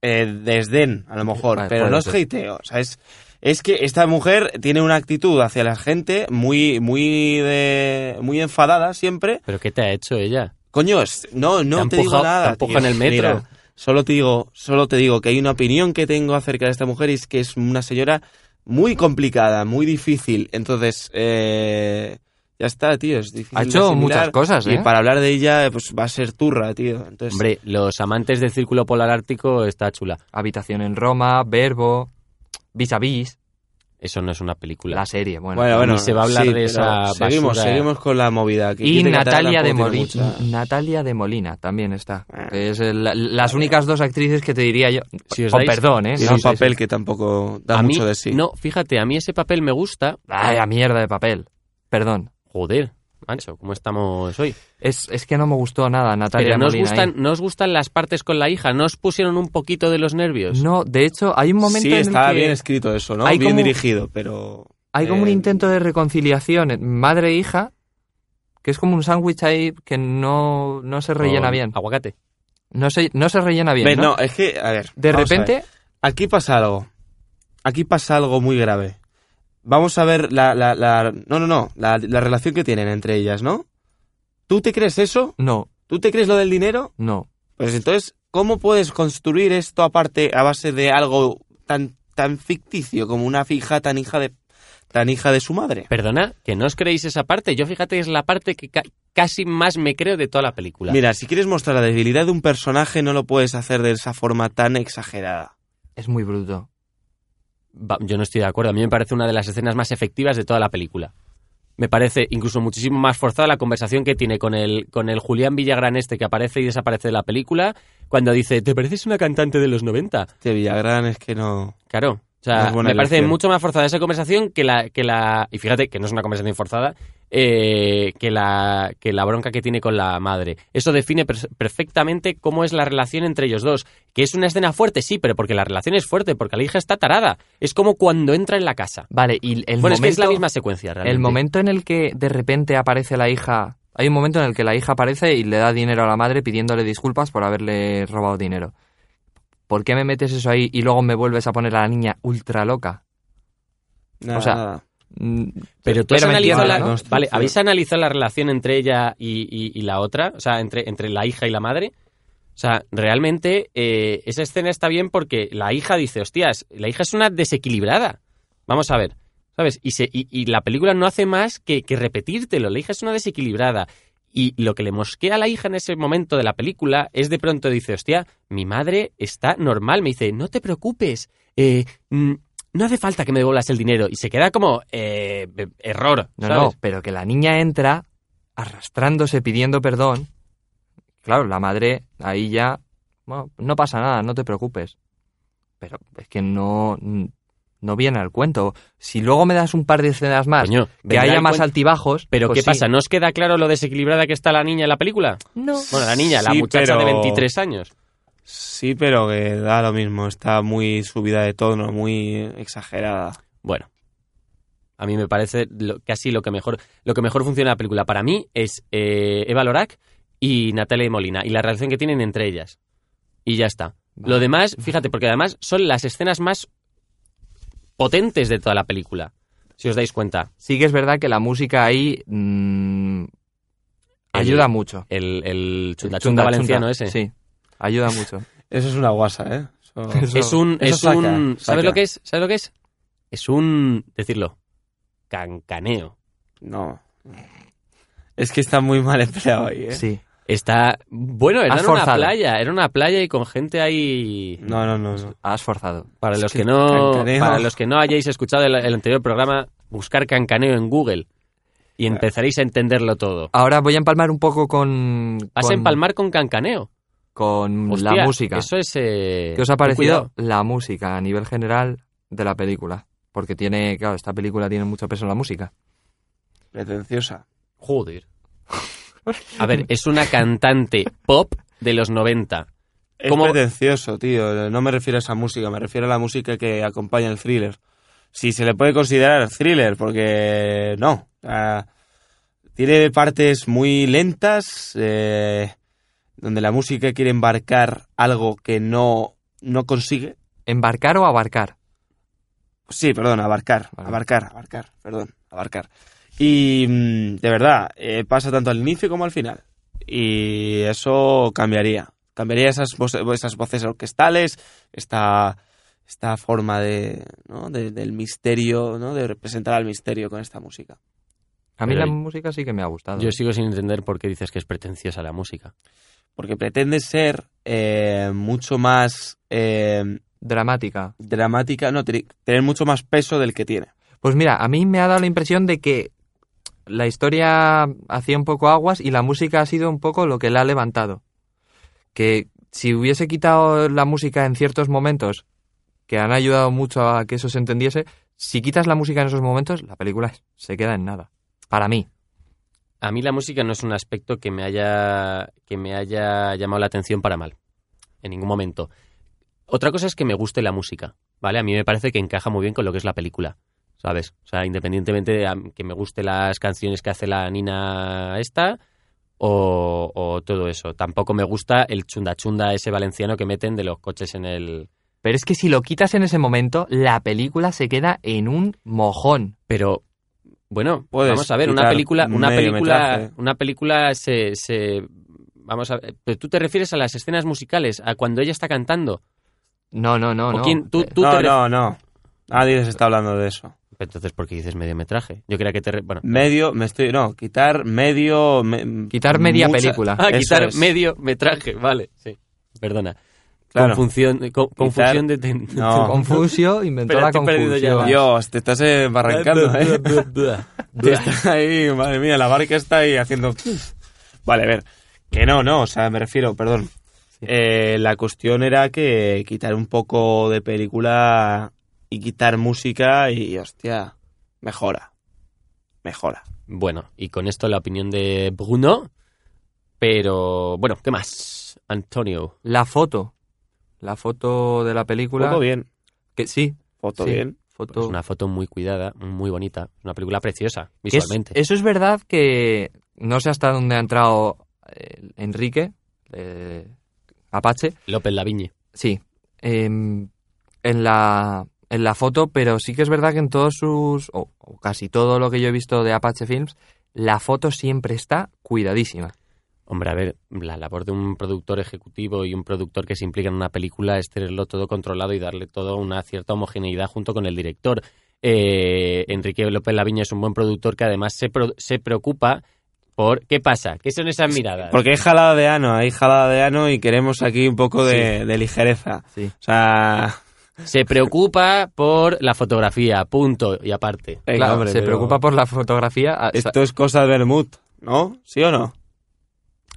S1: eh, desdén, a lo mejor,
S3: Vale,
S1: pero
S3: puede
S1: no es
S3: ser.
S1: hateo. O sea, es, es que esta mujer tiene una actitud hacia la gente muy, muy, de, muy enfadada siempre.
S2: ¿Pero qué te ha hecho ella?
S1: Coño, es- no, no
S2: Te
S1: te,
S2: ha
S1: digo
S2: empujado-
S1: nada.
S2: te ha empujado
S1: tío.
S2: en el metro.
S1: Mira, solo te digo, solo te digo que hay una opinión que tengo acerca de esta mujer y es que es una señora muy complicada, muy difícil. Entonces, eh, ya está, tío, es difícil.
S3: Ha
S1: de
S3: hecho
S1: asimilar.
S3: muchas cosas,
S1: Y
S3: ¿eh?
S1: para hablar de ella, eh, pues va a ser turra, tío. Entonces,
S2: Hombre, los amantes del Círculo Polar Ártico está chula.
S3: Habitación en Roma, Verbo, Vis a Vis,
S2: Eso no es una película.
S3: la serie. Bueno,
S1: Bueno, bueno,
S2: ni se va a hablar de
S1: pero
S2: esa
S1: Seguimos,
S2: basura.
S1: seguimos con la movida aquí.
S3: Y
S1: Dice que
S3: Natalia
S1: Catalán
S3: de,
S1: tampoco
S3: Molina,
S1: tiene mucha-
S3: Natalia de Molina también está.
S1: Ah.
S3: que es el- la- las únicas dos actrices que te diría yo.
S2: Si os
S3: con
S2: dais-
S3: perdón, ¿eh?
S1: Tiene
S3: No,
S1: un
S3: sí, sí.
S1: papel que tampoco da
S2: a mí,
S1: mucho de sí.
S2: No, fíjate, a mí ese papel me gusta.
S3: Vaya mierda de papel. Perdón.
S2: Joder, mancho, ¿cómo estamos hoy?
S3: Es, es que no me gustó nada Natalia
S2: Pero
S3: de
S2: no os,
S3: Molina.
S2: gustan,
S3: ahí.
S2: no os gustan las partes con la hija, no os pusieron un poquito de los nervios.
S3: No, de hecho, hay un momento
S1: sí,
S3: en el
S1: estaba
S3: que
S1: bien escrito eso, ¿no?
S3: Hay
S1: Bien
S3: como-
S1: dirigido, pero...
S3: hay como un
S1: eh,
S3: intento de reconciliación en madre e hija, que es como un sándwich ahí que no, no se
S2: Con
S3: rellena bien.
S2: Aguacate.
S3: No se, no se rellena bien,
S1: Ve,
S3: ¿no?
S1: no, es que, a ver...
S3: De
S1: vamos a ver.
S3: repente,
S1: Aquí pasa algo. Aquí pasa algo muy grave. Vamos a ver la... la, la- no, no, no. La, la relación que tienen entre ellas, ¿no? ¿Tú te crees eso?
S3: no,
S1: ¿Tú te crees lo del dinero?
S3: no.
S1: Pues entonces, ¿cómo puedes construir esto aparte a base de algo tan, tan ficticio como una fija tan hija de tan hija de su madre?
S2: Perdona, que no os creéis esa parte. Yo fíjate, es la parte que ca- casi más me creo de toda la película.
S1: Mira, si quieres mostrar la debilidad de un personaje, no lo puedes hacer de esa forma tan exagerada.
S3: Es muy bruto.
S2: Va- yo no estoy de acuerdo. A mí me parece una de las escenas más efectivas de toda la película. Me parece incluso muchísimo más forzada la conversación que tiene con el, con el Julián Villagrán este que aparece y desaparece de la película cuando dice, ¿te pareces una cantante de los 90?
S1: Este Villagrán es que no.
S2: Claro. O
S1: No
S2: sea,
S1: es
S2: me
S1: buena
S2: parece
S1: elección.
S2: mucho más forzada esa conversación que la, que la... Y fíjate que no es una conversación forzada, eh, que, la, que la bronca que tiene con la madre. Eso define per- perfectamente cómo es la relación entre ellos dos. Que es una escena fuerte, sí, pero porque la relación es fuerte, porque la hija está tarada. Es como cuando entra en la casa.
S3: Vale, y el momento...
S2: bueno, es que es la misma secuencia, realmente.
S3: El momento en el que de repente aparece la hija, hay un momento en el que la hija aparece y le da dinero a la madre pidiéndole disculpas por haberle robado dinero. ¿Por qué me metes eso ahí y luego me vuelves a poner a la niña ultra loca?
S1: Nada,
S3: O sea,
S1: nada.
S3: Mm,
S2: Pero tú has
S3: me
S2: analizado
S3: entiendes,
S2: la-
S1: ¿no?
S2: Vale, ¿habéis analizado la relación entre ella y, y- y la otra? O sea, entre, entre la hija y la madre. O sea, realmente eh, esa escena está bien porque la hija dice, hostias, la hija es una desequilibrada. Vamos a ver, ¿sabes? Y, se- y- y la película no hace más que, que repetírtelo. La hija es una desequilibrada. Y lo que le mosquea a la hija en ese momento de la película es de pronto dice, hostia, mi madre está normal. Me dice, no te preocupes, eh, mm, no hace falta que me devuelvas el dinero. Y se queda como, eh, be- error.
S3: No,
S2: ¿sabes?
S3: no, pero que la niña entra arrastrándose pidiendo perdón. Claro, la madre ahí ya... Bueno, no pasa nada, no te preocupes. Pero es que no... No viene al cuento. Si luego me das un par de escenas más,
S2: Coño,
S3: que
S2: vendrá
S3: haya
S2: el
S3: más
S2: cuen-
S3: altibajos...
S2: Pero
S3: pues
S2: ¿qué
S3: sí.
S2: pasa? ¿No os queda claro lo desequilibrada que está la niña en la película?
S3: No.
S2: Bueno, la niña, la
S1: Sí,
S2: muchacha de
S1: pero-
S2: 23 años.
S1: Sí, pero que da lo mismo. Está muy subida de tono, muy exagerada.
S2: Bueno, a mí me parece lo- casi lo que mejor lo que mejor funciona en la película. Para mí es eh, Eva Lorac y Natalia de Molina y la relación que tienen entre ellas. Y ya está. Lo demás, fíjate, porque además son las escenas más potentes de toda la película, si os dais cuenta.
S3: Sí que es verdad que la música ahí mm, ayuda mucho.
S2: El, el chunda,
S3: Chunda,
S2: chunda valenciano
S3: chunda,
S2: ese.
S3: Sí, ayuda mucho.
S1: Eso es una guasa, ¿eh? Eso-
S2: Es un.
S1: eso
S2: es
S1: saca,
S2: un-
S1: saca.
S2: ¿Sabes lo que es? ¿Sabes lo que es? Es un. decirlo. Cancaneo.
S1: No. Es que está muy mal empleado ahí, ¿eh?
S3: Sí.
S2: Está. Bueno, era
S3: Has
S2: en una
S3: forzado.
S2: playa. Era una playa y con gente ahí.
S1: No, no, no. no.
S3: Has forzado.
S2: Para
S1: Es
S2: los
S1: que
S2: que no.
S1: cancaneo.
S2: Para los que no hayáis escuchado el, el anterior programa, buscar cancaneo en Google. Y empezaréis a entenderlo todo.
S3: Ahora voy a empalmar un poco con.
S2: Vas
S3: con,
S2: a empalmar con cancaneo.
S3: Con
S2: Hostia,
S3: la música.
S2: Eso es. eh,
S3: ¿Qué os ha
S2: ten
S3: parecido
S2: cuidado.
S3: la música a nivel general de la película? Porque tiene, claro, esta película tiene mucho peso en la música.
S1: Pretenciosa.
S2: Joder. A ver, es una cantante pop de los 90.
S1: Es
S2: ¿Cómo-
S1: pretencioso, tío. No me refiero a esa música, me refiero a la música que acompaña el thriller. Si se le puede considerar thriller, porque no. Ah, tiene partes muy lentas, eh, donde la música quiere embarcar algo que no, no consigue.
S3: ¿Embarcar o abarcar?
S1: Sí, perdón, abarcar,
S3: Vale.
S1: abarcar, abarcar, perdón, abarcar. Y mm, de verdad, eh, pasa tanto al inicio como al final. Y eso cambiaría. Cambiaría esas voces, esas voces orquestales, esta, esta forma de, ¿no? de- del misterio, ¿no? de representar al misterio con esta música.
S3: A mí la
S2: Pero yo-
S3: música sí que me ha gustado.
S2: Yo sigo sin entender por qué dices que es pretenciosa la música.
S1: Porque pretende ser eh, mucho más eh,
S3: Dramática.
S1: dramática, no, tri- tener mucho más peso del que tiene.
S3: Pues mira, a mí me ha dado la impresión de que la historia hacía un poco aguas y la música ha sido un poco lo que la ha levantado. Que si hubiese quitado la música en ciertos momentos, que han ayudado mucho a que eso se entendiese, si quitas la música en esos momentos, la película se queda en nada. Para mí.
S2: A mí la música no es un aspecto que me haya, que me haya llamado la atención para mal. En ningún momento. Otra cosa es que me guste la música, ¿vale? A mí me parece que encaja muy bien con lo que es la película, ¿sabes? O sea, independientemente de am, que me guste las canciones que hace la Nina esta o, o todo eso. Tampoco me gusta el chunda chunda ese valenciano que meten de los coches en el...
S3: Pero es que si lo quitas en ese momento, la película se queda en un mojón.
S2: Pero bueno,
S1: Puedes
S2: vamos a ver, una
S1: quitar
S2: película,
S1: un
S2: una
S1: medio
S2: película,
S1: metraje.
S2: una película se, se- vamos a ver, pero tú te refieres a las escenas musicales, a cuando ella está cantando.
S3: No, no, no,
S2: ¿O
S3: no.
S2: quién- tú-
S3: Eh,
S2: tú
S1: no,
S2: te ref-
S1: no, no. Nadie se está hablando de eso.
S2: Entonces, ¿por qué dices mediometraje? Yo quería que te re- bueno,
S1: Medio, me estoy. No, quitar medio. me-
S3: Quitar media película.
S2: ah,
S1: eso
S2: quitar
S1: es.
S2: mediometraje, vale, sí. Perdona.
S1: Claro.
S2: Confusión, co- confusión de ten-
S1: No.
S3: Confusio inventó
S2: Pero
S3: la
S2: estoy perdido ya.
S3: confusión.
S1: Dios, te estás embarrancando, ¿eh?
S2: Bla, bla,
S1: Te
S2: bla, bla.
S1: estás ahí, madre mía, la barca está ahí haciendo. Vale, a ver. Que no, no, o sea, me refiero, perdón. Eh, la cuestión era que quitar un poco de película y quitar música y, hostia, mejora. Mejora.
S2: Bueno, y con esto la opinión de Bruno, pero bueno, ¿qué más? Antonio.
S3: La foto. La foto de la película.
S1: Foto bien.
S3: Que sí.
S1: Foto
S3: sí,
S1: bien.
S3: Foto.
S2: Es una foto muy cuidada, muy bonita. Una película preciosa,
S3: Que es-
S2: visualmente.
S3: eso es verdad que no sé hasta dónde ha entrado eh, Enrique, eh, Apache.
S2: López Lavigne.
S3: Sí. em, en, la, en la foto, pero sí que es verdad que en todos sus. o- o casi todo lo que yo he visto de Apache Films, la foto siempre está cuidadísima.
S2: Hombre, a ver, la labor de un productor ejecutivo y un productor que se implica en una película es tenerlo todo controlado y darle todo una cierta homogeneidad junto con el director. Eh, Enrique López Lavigne es un buen productor que además se, pro- se preocupa por qué pasa, qué son esas miradas.
S1: Porque hay jalada de ano, hay jalada de ano y queremos aquí un poco de, de ligereza.
S3: Sí.
S1: O sea,
S2: Se preocupa por la fotografía, punto y aparte.
S1: venga,
S3: claro,
S1: hombre,
S3: se
S1: pero
S3: preocupa por la fotografía. ah, a-
S1: Esto es cosa de Bermud, ¿no? ¿Sí o no?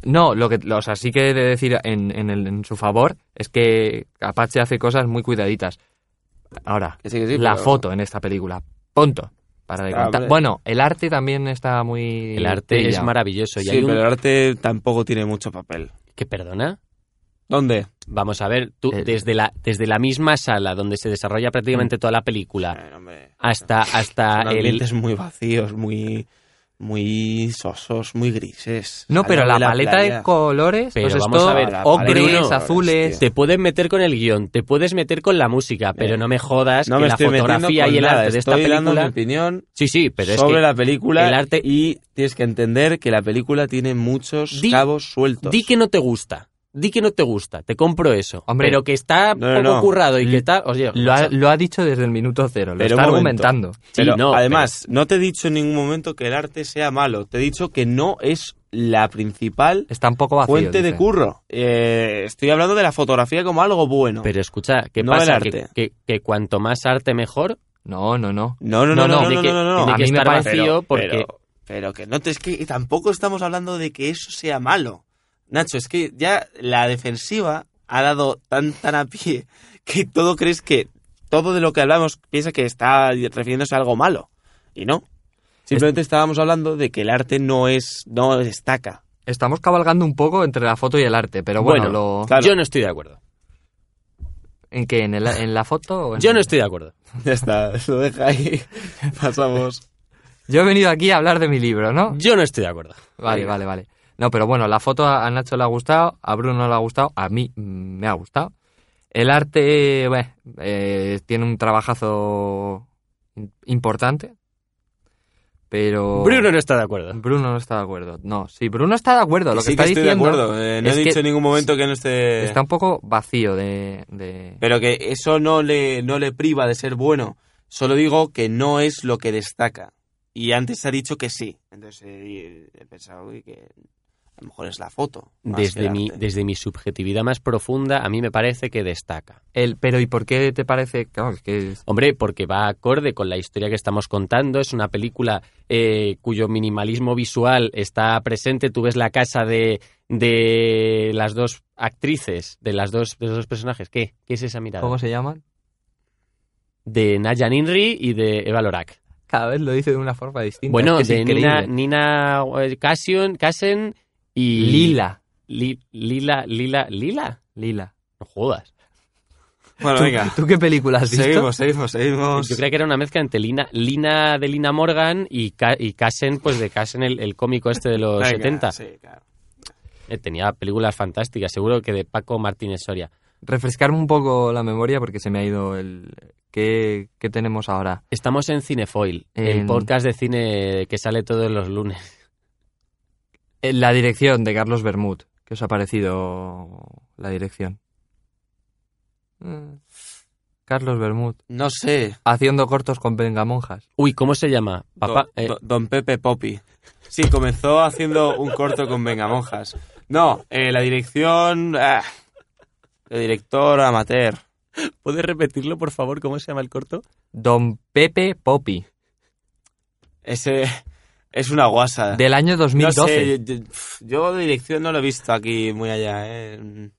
S3: No, lo que, lo- o sea, sí que he de decir en, en el- en su favor es que Apache hace cosas muy cuidaditas. Ahora,
S1: Que sí, que sí,
S3: la
S1: pero-
S3: foto en esta película, punto. Para de
S1: Está,
S3: contar.
S1: hombre.
S3: Bueno, el arte también está muy.
S2: El arte es
S3: pillado.
S2: maravilloso. Y
S1: Sí,
S2: hay un...
S1: pero el arte tampoco tiene mucho papel.
S2: ¿Qué perdona?
S1: ¿Dónde?
S2: Vamos a ver, tú,
S3: Eh,
S2: desde, la, desde la misma sala donde se desarrolla prácticamente toda la película
S1: Ay, hombre,
S2: hasta, hasta
S1: son
S2: Ah. el...
S1: ambientes muy vacíos, muy, muy sosos, muy grises.
S3: No, pero la,
S1: Hablan de
S3: paleta
S1: playa.
S3: de colores,
S2: Pero
S3: pues es
S2: vamos a
S3: todo
S2: ver,
S1: la
S3: ocres,
S2: paleta de
S3: azules.
S1: colores,
S2: Te puedes meter con el guión, te puedes meter con la música, pero
S1: Eh,
S2: no me jodas
S1: No
S2: que
S1: me
S2: la
S1: estoy metiendo
S2: fotografía
S1: con
S2: y el
S1: nada,
S2: arte de esta
S1: estoy dando mi
S2: película...
S1: opinión
S2: Sí, sí, pero
S1: sobre
S2: es
S1: la película
S2: el arte-
S1: y tienes que entender que la película tiene muchos
S2: Di-
S1: cabos
S2: que...
S1: sueltos.
S2: Di que no te gusta, di que no te gusta, te compro eso.
S3: Hombre. Mm.
S2: pero que está
S1: No, no,
S2: poco
S1: no.
S2: currado y que está... Oye,
S3: Lo ha,
S2: macho,
S3: lo ha dicho desde el minuto cero, lo
S1: Pero
S3: está
S1: un momento.
S3: argumentando.
S2: Sí,
S1: pero,
S2: no,
S1: además, no te he dicho en ningún momento que el arte sea malo. Te he dicho que no es la principal
S3: Está un poco vacío.
S1: fuente de
S3: dice.
S1: curro. Eh, estoy hablando de la fotografía como algo bueno.
S2: Pero escucha, ¿qué
S1: No
S2: pasa?
S1: el
S2: ¿Que-
S1: arte.
S2: que- que cuanto más arte mejor,
S3: No, no, no.
S1: no,
S3: no,
S1: no, no, no, no,
S2: tiene
S1: no,
S2: que-
S1: no, no.
S2: tiene
S3: A
S2: que
S3: mí me
S2: estar
S3: parece-
S2: vacío porque...
S1: Pero, pero que no te, es que tampoco estamos hablando de que eso sea malo. Nacho, es que ya la defensiva ha dado tan tan a pie que todo crees que todo de lo que hablamos piensa que está refiriéndose a algo malo. Y no. Simplemente estábamos hablando de que el arte no es, no destaca.
S3: estamos cabalgando un poco entre la foto y el arte, pero bueno,
S2: Bueno,
S3: lo-
S1: Claro.
S2: Yo no estoy de acuerdo.
S3: ¿en qué? ¿En, el- en la foto? o en-
S2: Yo no estoy de acuerdo.
S1: Ya está, lo deja ahí. Pasamos.
S3: Yo he venido aquí a hablar de mi libro, ¿no?
S2: Yo no estoy de acuerdo.
S3: Vale, vale, vale. No, pero bueno, la foto a a Nacho le ha gustado, a Bruno le ha gustado, a mí mm, me ha gustado. El arte, bueno, eh, tiene un trabajazo im- importante, pero...
S2: Bruno no está de acuerdo.
S3: Bruno no está de acuerdo. No, sí, Bruno está de acuerdo. Lo que
S1: sí
S3: está
S1: que estoy
S3: diciendo
S1: de acuerdo. eh, no he
S3: es
S1: dicho
S3: que
S1: en ningún momento que no esté...
S3: Está un poco vacío de... de-
S1: Pero que eso no le, no le priva de ser bueno. Solo digo que no es lo que destaca. Y antes se ha dicho que sí. Entonces eh, he pensado uy, que a lo mejor es la foto. más que
S2: Desde
S1: el
S2: mi,
S1: arte.
S2: desde mi subjetividad más profunda, a mí me parece que destaca.
S3: El, pero ¿y por qué te parece? Claro, es que es-
S2: Hombre, porque va acorde con la historia que estamos contando. Es una película eh, cuyo minimalismo visual está presente. Tú ves la casa de, de las dos actrices, de las dos de los dos personajes. ¿Qué? ¿Qué es esa mirada?
S3: ¿Cómo se llaman?
S2: De Naya Ninri y de Eva Lorak.
S3: Cada vez lo dice de una forma distinta.
S2: Bueno,
S3: es que es
S2: de Nina,
S3: increíble.
S2: Nina eh, Cassion, Cassen y...
S3: Lila.
S2: Li- Lila, Lila, Lila.
S3: Lila.
S2: No jodas.
S1: Bueno,
S3: ¿Tú,
S1: venga.
S3: tú qué película has visto?
S1: Seguimos, seguimos, seguimos.
S2: Yo creía que era una mezcla entre Lina, Lina de Lina Morgan y, Ca- y Cassen, pues de Cassen, el, el cómico este de los
S1: Venga,
S2: 70.
S1: sí, claro.
S2: Eh, tenía películas fantásticas, seguro que de Paco Martínez Soria.
S3: Refrescarme un poco la memoria porque se me ha ido el... ¿Qué, qué tenemos ahora?
S2: Estamos en Cinefoil, el
S3: En-
S2: podcast de cine que sale todos los lunes.
S3: Eh, La dirección de Carlos Bermud. ¿Qué os ha parecido la dirección? Mm. Carlos Bermud.
S1: No sé.
S3: Haciendo cortos con vengamonjas.
S2: Uy, ¿cómo se llama? Papá,
S1: Don,
S2: eh,
S1: Don- Don Pepe Poppy. Sí, comenzó haciendo un corto con Vengamonjas. No, eh, la dirección... ah, el director amateur.
S2: ¿puedes repetirlo, por favor? ¿Cómo se llama el corto?
S3: Don Pepe Poppy,
S1: Ese es una guasa.
S3: del año 2012.
S1: No sé, yo- yo, pf, yo de dirección no lo he visto aquí muy allá. Eh.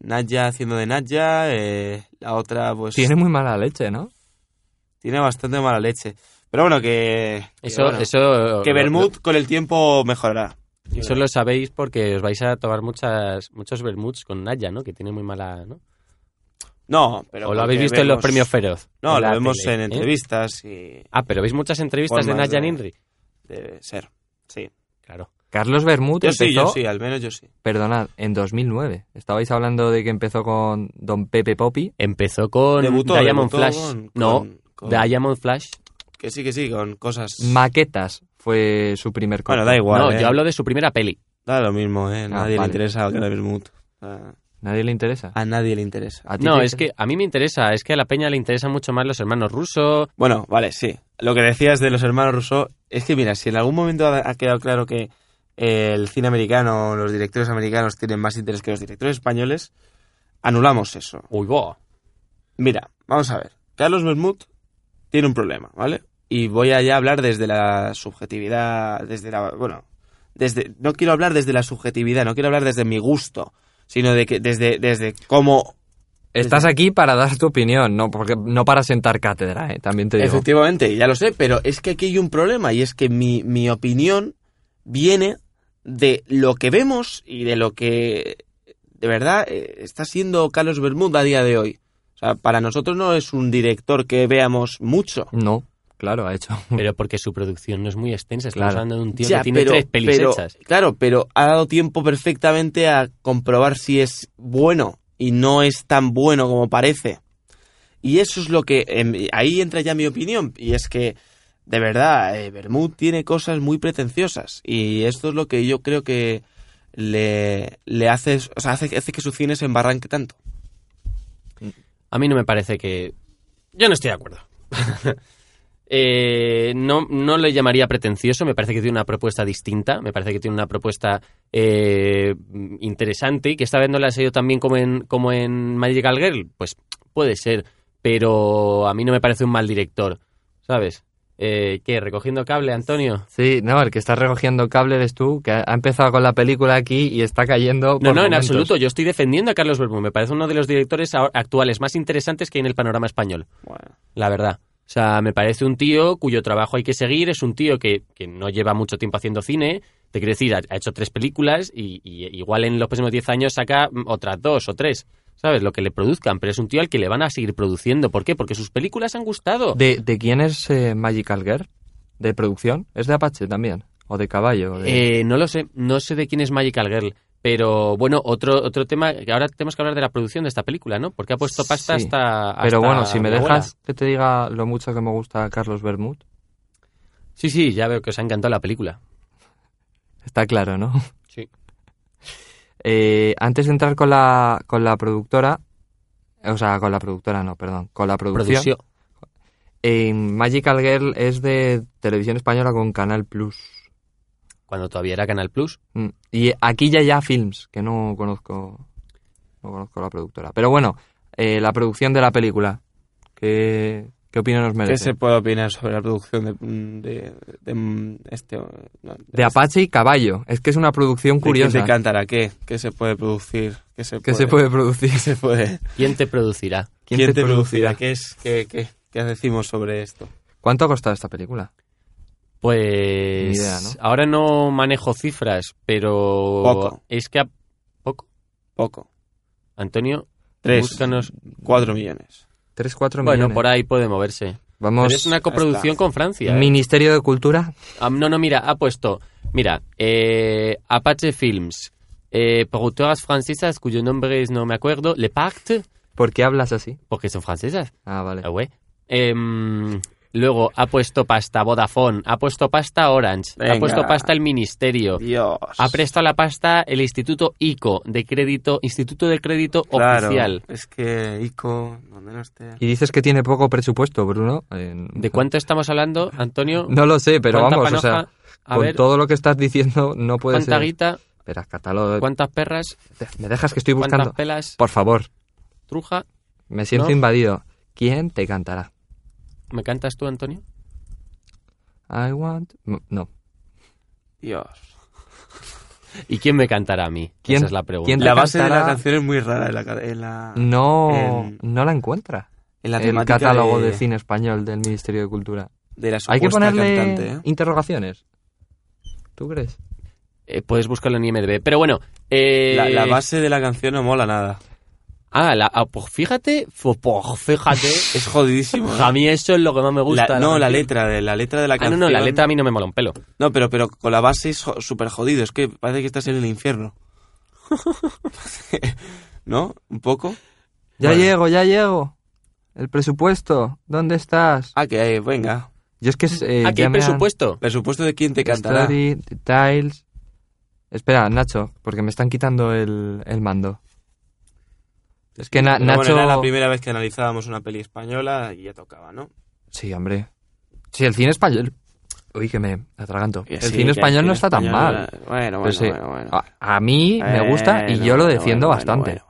S1: Naya haciendo de Naya, eh, la otra pues
S3: Tiene muy mala leche, ¿no?
S1: tiene bastante mala leche. Pero bueno, que, que,
S2: Eso,
S1: bueno,
S2: eso...
S1: que
S2: lo-
S1: Bermud con el tiempo mejorará.
S2: lo- Eso lo sabéis porque os vais a tomar muchas, muchos vermuts con Naya, ¿no? Que tiene muy mala... ¿no?
S1: No, pero
S2: O lo habéis
S1: porque
S2: visto en los
S1: vemos-
S2: premios Feroz.
S1: No, lo
S2: la
S1: vemos
S2: tele,
S1: en
S2: ¿eh?
S1: entrevistas y
S2: Ah, pero veis muchas entrevistas de
S1: Formas
S2: Naya
S1: de-
S2: Ninri.
S1: debe ser. Sí.
S2: Claro.
S3: Carlos Bermud
S1: Yo
S3: empezó,
S1: sí, yo sí, al menos yo sí.
S3: perdonad, en 2009. Estabais hablando de que empezó con Don Pepe Poppy.
S2: Empezó con
S1: Debutó,
S2: Diamond
S1: debutó
S2: Flash.
S1: con-
S2: no,
S1: con- con-
S2: Diamond Flash.
S1: Que sí, que sí, con cosas.
S3: Maquetas fue su primer corto.
S1: Bueno, da igual.
S2: no,
S1: eh.
S2: yo hablo Ah, de su primera peli.
S1: Da lo mismo, ¿eh? Nadie le
S3: vale.
S1: interesa a Bermud. Ah,
S3: ¿Nadie le interesa?
S1: A nadie le interesa.
S3: ¿A ti
S2: No,
S3: te
S2: es que a mí me interesa, es que a la peña le interesan mucho más los hermanos rusos.
S1: Bueno, vale, sí. Lo que decías de los hermanos Rousseau es que, mira, si en algún momento ha ha quedado claro que eh, el cine americano, los directores americanos tienen más interés que los directores españoles, anulamos eso.
S2: Uy, bo.
S1: Mira, vamos a ver. Carlos Bermud tiene un problema, ¿vale? Y voy a ya hablar desde la subjetividad, desde la... Bueno, desde, no quiero hablar desde la subjetividad, no quiero hablar desde mi gusto, sino de que, desde, desde cómo
S3: Estás aquí para dar tu opinión, no porque no para sentar cátedra, ¿eh? también te digo.
S1: Efectivamente, ya lo sé, pero es que aquí hay un problema y es que mi, mi opinión viene de lo que vemos y de lo que de verdad eh, está siendo Carlos Bermud a día de hoy. O sea, para nosotros no es un director que veamos mucho.
S3: No, claro, ha hecho.
S2: Pero porque su producción no es muy extensa, estamos
S3: Claro.
S2: hablando de un tío
S1: Ya,
S2: que tiene tres pelis
S1: pero-
S2: hechas.
S1: Claro, pero ha dado tiempo perfectamente a comprobar si es bueno y no es tan bueno como parece. Y eso es lo que... em, ahí entra ya mi opinión. Y es que, de verdad, eh, Bermud tiene cosas muy pretenciosas. Y esto es lo que yo creo que le, le hace... O sea, hace, hace que su cine se embarranque tanto.
S2: A mí no me parece que. Yo no estoy de acuerdo. Eh, no, no le llamaría pretencioso, me parece que tiene una propuesta distinta, me parece que tiene una propuesta eh, interesante y que esta vez no la has ido tan bien como en, como en Magical Girl. Pues puede ser, pero a mí no me parece un mal director, ¿sabes? Eh, ¿Qué? ¿Recogiendo cable, Antonio?
S3: Sí, no, el que está recogiendo cable eres tú, que ha empezado con la película aquí y está cayendo.
S2: No,
S3: por
S2: no, en
S3: momentos.
S2: absoluto. Yo estoy defendiendo a Carlos Bermúdez. Me parece uno de los directores ahora- actuales más interesantes que hay en el panorama español,
S1: Bueno,
S2: la verdad. O sea, me parece un tío cuyo trabajo hay que seguir, es un tío que, que no lleva mucho tiempo haciendo cine, te quiero decir, ha, ha hecho tres películas y, y igual en los próximos 10 años saca mm, otras dos o tres, ¿sabes? Lo que le produzcan, pero es un tío al que le van a seguir produciendo. ¿Por qué? Porque sus películas han gustado.
S3: ¿De, de quién es eh, Magical Girl? ¿De producción? ¿Es de Apache también? ¿O de caballo? ¿O de-
S2: Eh, no lo sé, no sé de quién es Magical Girl, pero bueno, otro, otro tema, que ahora tenemos que hablar de la producción de esta película, ¿no? Porque ha puesto pasta
S3: Sí,
S2: hasta, hasta
S3: Pero bueno, si me
S2: mi abuela.
S3: dejas que te diga lo mucho que me gusta Carlos Bermud,
S2: Sí, sí, ya veo que os ha encantado la película.
S3: está claro, ¿no?
S2: Sí.
S3: Eh, antes de entrar con la, con la productora, o sea, con la productora no, perdón, con la producción.
S2: Producción.
S3: eh, Magical Girl es de televisión española con Canal Plus.
S2: Cuando todavía era Canal Plus.
S3: Mm, Y aquí ya ya Films, que no conozco, no conozco la productora. Pero bueno, eh, la producción de la película, ¿qué, qué opinión nos
S1: ¿Qué
S3: merece?
S1: se puede opinar sobre la producción de, de, de- de este... no,
S3: De Apache y Caballo. Es que es una producción
S1: de quién
S3: curiosa.
S1: te cántara? ¿Qué? ¿Qué se puede producir? ¿Qué se
S3: que
S1: puede?
S3: se puede producir.
S1: ¿Qué se puede?
S2: ¿Quién te producirá?
S1: pues, ¿Quién, te, producirá? ¿Qué, es, qué, qué, ¿Qué decimos sobre esto?
S3: ¿Cuánto ha costado esta película?
S2: Pues.
S3: Ni idea, ¿no?
S2: Ahora no manejo cifras, pero.
S1: Poco.
S2: Es que. a- Poco.
S1: Poco.
S2: Antonio,
S1: Tres.
S2: búscanos.
S1: Cuatro millones.
S3: 3, 4 millones.
S2: Bueno, por ahí puede moverse.
S3: Vamos.
S2: Pero es una coproducción
S1: está.
S2: con Francia. ¿eh?
S3: Ministerio de Cultura.
S2: Ah, no, no, mira, ha puesto. Mira, eh, Apache Films. Eh, productoras francesas cuyo nombre es, no me acuerdo. Le Pacte,
S3: ¿Por qué hablas así?
S2: porque son francesas.
S3: Ah, vale.
S2: Ah, güey. Em, luego ha puesto pasta Vodafone, ha puesto pasta Orange, ha
S1: Venga.
S2: puesto pasta el Ministerio,
S1: Dios.
S2: ha prestado la pasta el Instituto ICO de Crédito, Instituto de Crédito
S1: Claro,
S2: Oficial.
S1: Es que Ico, donde no esté.
S3: Y dices que tiene poco presupuesto, Bruno. En-
S2: ¿De cuánto estamos hablando, Antonio?
S3: No lo sé, pero
S2: ¿Cuánta
S3: vamos, o sea,
S2: panoja? a
S3: con
S2: ver,
S3: todo lo que estás diciendo no puede
S2: ¿cuánta
S3: ser.
S2: guita?
S3: Espera, catálogo.
S2: ¿Cuántas perras?
S3: Me dejas que estoy
S2: ¿Cuántas
S3: buscando.
S2: pelas?
S3: Por favor,
S2: ¿Truja?
S3: me siento
S2: No.
S3: invadido. ¿Quién te cantará?
S2: ¿Me cantas tú, Antonio?
S3: I want. No.
S1: Dios.
S2: ¿Y quién me cantará a mí?
S3: ¿Quién-
S2: Esa es la pregunta.
S3: quién-
S1: La base de la
S3: cantará-
S1: canción es muy rara en la, ca- en la,
S3: No,
S1: En-
S3: no la encuentra.
S1: en la
S3: el
S1: temática
S3: catálogo de...
S1: de,
S3: cine español del Ministerio de Cultura.
S1: de la
S3: Hay que
S1: supuesta
S3: ponerle
S1: cantante. ¿eh?
S3: interrogaciones. ¿Tú crees?
S2: Eh, puedes buscarlo en IMDb. Pero bueno. eh,
S1: La, la base de la canción no mola nada.
S2: Ah, la, ah, pues fíjate. fo- por fíjate.
S1: Es jodidísimo. ¿eh?
S2: A mí eso es lo que más me gusta.
S1: La- no, la
S2: canción.
S1: letra de la letra de la
S2: Ah, no,
S1: canción.
S2: no, la letra a mí no me mola un pelo.
S1: No, pero, pero con la base es jo- súper jodido. Es que parece que estás en el infierno. ¿No? ¿Un poco?
S3: Ya
S1: Bueno.
S3: llego, ya llego. El presupuesto, ¿dónde estás?
S1: Ah, que hay, venga.
S3: Yo es que. eh,
S2: Mm, Aquí
S3: ya
S2: hay
S3: me han-
S2: presupuesto.
S1: Presupuesto de quién te cantará.
S3: Story, Details. Espera, Nacho, porque me están quitando el, el mando. Es que Na-
S1: Pero bueno,
S3: Nacho.
S1: era la primera vez que analizábamos una peli española y ya tocaba, ¿no?
S3: Sí, hombre. Sí, el cine español. Uy, que me atraganto.
S1: Y
S3: el
S1: sí,
S3: cine
S1: que
S3: español
S1: el
S3: no
S1: cine
S3: está tan
S1: español-
S3: mal.
S1: Bueno,
S3: Pero
S1: bueno,
S3: sí,
S1: bueno, bueno.
S3: A, a mí me gusta y
S1: Bueno,
S3: yo lo
S1: bueno,
S3: defiendo
S1: bueno,
S3: bastante.
S1: bueno,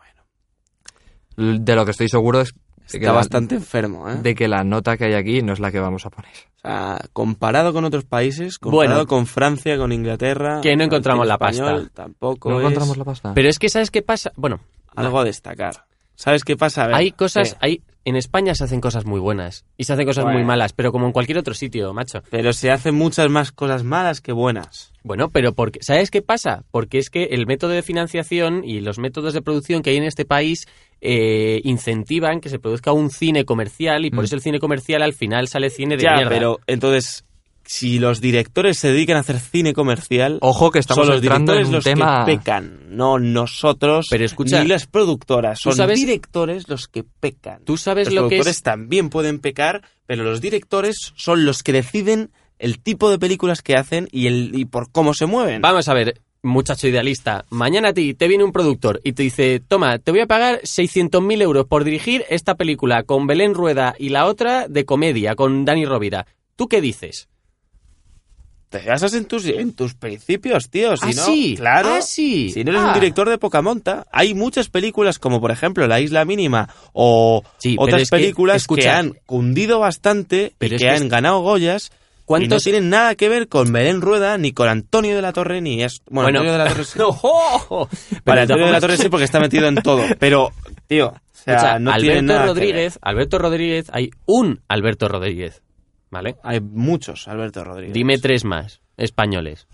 S1: bueno.
S3: L- De lo que estoy seguro es de que,
S1: Está
S3: la,
S1: bastante enfermo, ¿eh?
S3: de que la nota que hay aquí no es la que vamos a poner.
S1: O sea, comparado con otros países, comparado
S2: Bueno.
S1: con Francia, con Inglaterra...
S2: Que no
S1: con el
S2: encontramos
S1: cine
S2: la pasta.
S1: español, Tampoco
S3: No
S1: es
S3: encontramos la
S1: Ah.
S3: pasta.
S2: Pero es que, ¿sabes qué pasa? Bueno,
S1: algo a destacar. ¿Sabes qué pasa? A ver,
S2: hay cosas.
S1: eh,
S2: Hay, en España se hacen cosas muy buenas y se hacen cosas muy
S1: Bueno.
S2: malas, pero como en cualquier otro sitio, macho.
S1: Pero se hacen muchas más cosas malas que buenas.
S2: Bueno, pero porque, ¿sabes qué pasa? Porque es que el método de financiación y los métodos de producción que hay en este país eh, incentivan que se produzca un cine comercial y por
S3: Mm.
S2: eso el cine comercial al final sale cine de
S1: ya,
S2: mierda.
S1: pero entonces, si los directores se dedican a hacer cine comercial...
S3: Ojo que estamos
S1: son los
S3: entrando en
S1: directores
S3: un
S1: los
S3: tema.
S1: que pecan, no nosotros
S2: Pero escucha,
S1: ni las productoras.
S2: ¿tú
S1: Son
S2: sabes-
S1: directores los que pecan.
S2: ¿Tú sabes
S1: los
S2: lo que
S1: productores
S2: es?
S1: también pueden pecar, pero los directores son los que deciden el tipo de películas que hacen y, el, y por cómo se mueven.
S2: Vamos a ver, muchacho idealista, mañana a ti te viene un productor y te dice, toma, te voy a pagar 600.000 euros por dirigir esta película con Belén Rueda y la otra de comedia con Dani Rovira. ¿Tú qué dices?
S1: Te basas en tus, en tus principios, tío. Pues Si
S2: Ah,
S1: no,
S2: sí.
S1: claro.
S2: Ah, sí.
S1: Si no eres
S2: Ah.
S1: un director de poca monta, hay muchas películas como, por ejemplo, La Isla Mínima o
S2: Sí, pero
S1: otras
S2: es que,
S1: películas que,
S2: escucha.
S1: han cundido bastante
S2: Pero
S1: y
S2: es
S1: que
S2: que
S1: han
S2: es-
S1: ganado Goyas. ¿Cuántos? Y no
S2: ¿Cuántos-
S1: tienen nada que ver con Belén Rueda ni con Antonio de la Torre ni es. Bueno, Antonio de la Torre sí.
S2: no,
S1: Vale,
S2: Pero
S1: Antonio de la
S2: tampoco-
S1: Torre sí porque está metido en todo. Pero tío. O sea,
S2: Escucha,
S1: no tiene nada
S2: Alberto
S1: que
S2: Rodríguez, Alberto Rodríguez, hay un Alberto Rodríguez, ¿vale?
S1: ver. Hay muchos Alberto Rodríguez.
S2: Dime tres más españoles.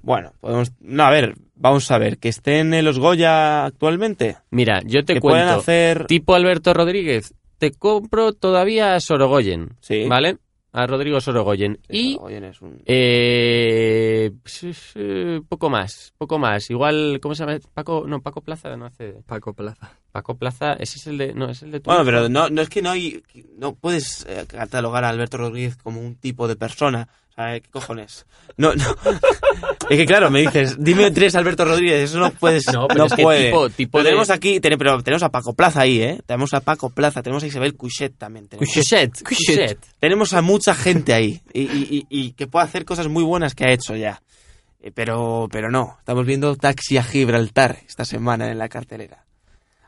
S1: Bueno, podemos. No, a ver, vamos a ver. Que estén en los Goya actualmente.
S2: Mira, yo te
S1: que
S2: cuento.
S1: pueden hacer.
S2: Tipo Alberto Rodríguez, te compro todavía a Sorogoyen,
S1: Sí.
S2: ¿vale? A Rodrigo Sorogoyen.
S1: Sí,
S2: Y
S1: Goyen es un-
S2: Eh, sí, sí, poco más, poco más. Igual, ¿cómo se llama? Paco, no, Paco Plaza no hace.
S3: Paco Plaza.
S2: Paco Plaza, ese es el de, no, es el de. tu-
S1: Bueno, pero no, no es que no hay. No puedes eh, catalogar a Alberto Rodríguez como un tipo de persona. O sea, ¿qué cojones? No, no. es que claro, me dices, dime tres Alberto Rodríguez. Eso no puedes.
S2: No,
S1: No,
S2: pero es que
S1: puede.
S2: tipo- tipo
S1: Pero
S2: de-
S1: tenemos aquí. ten- pero tenemos a Paco Plaza ahí, ¿eh? Tenemos a Paco Plaza. Tenemos a Isabel Cuchet también. Tenemos,
S2: Cuixet, Cuixet.
S1: tenemos a mucha gente ahí. Y, y- y- y que puede hacer cosas muy buenas que ha hecho ya. Eh, Pero, pero no. Estamos viendo Taxi a Gibraltar esta semana en la cartelera.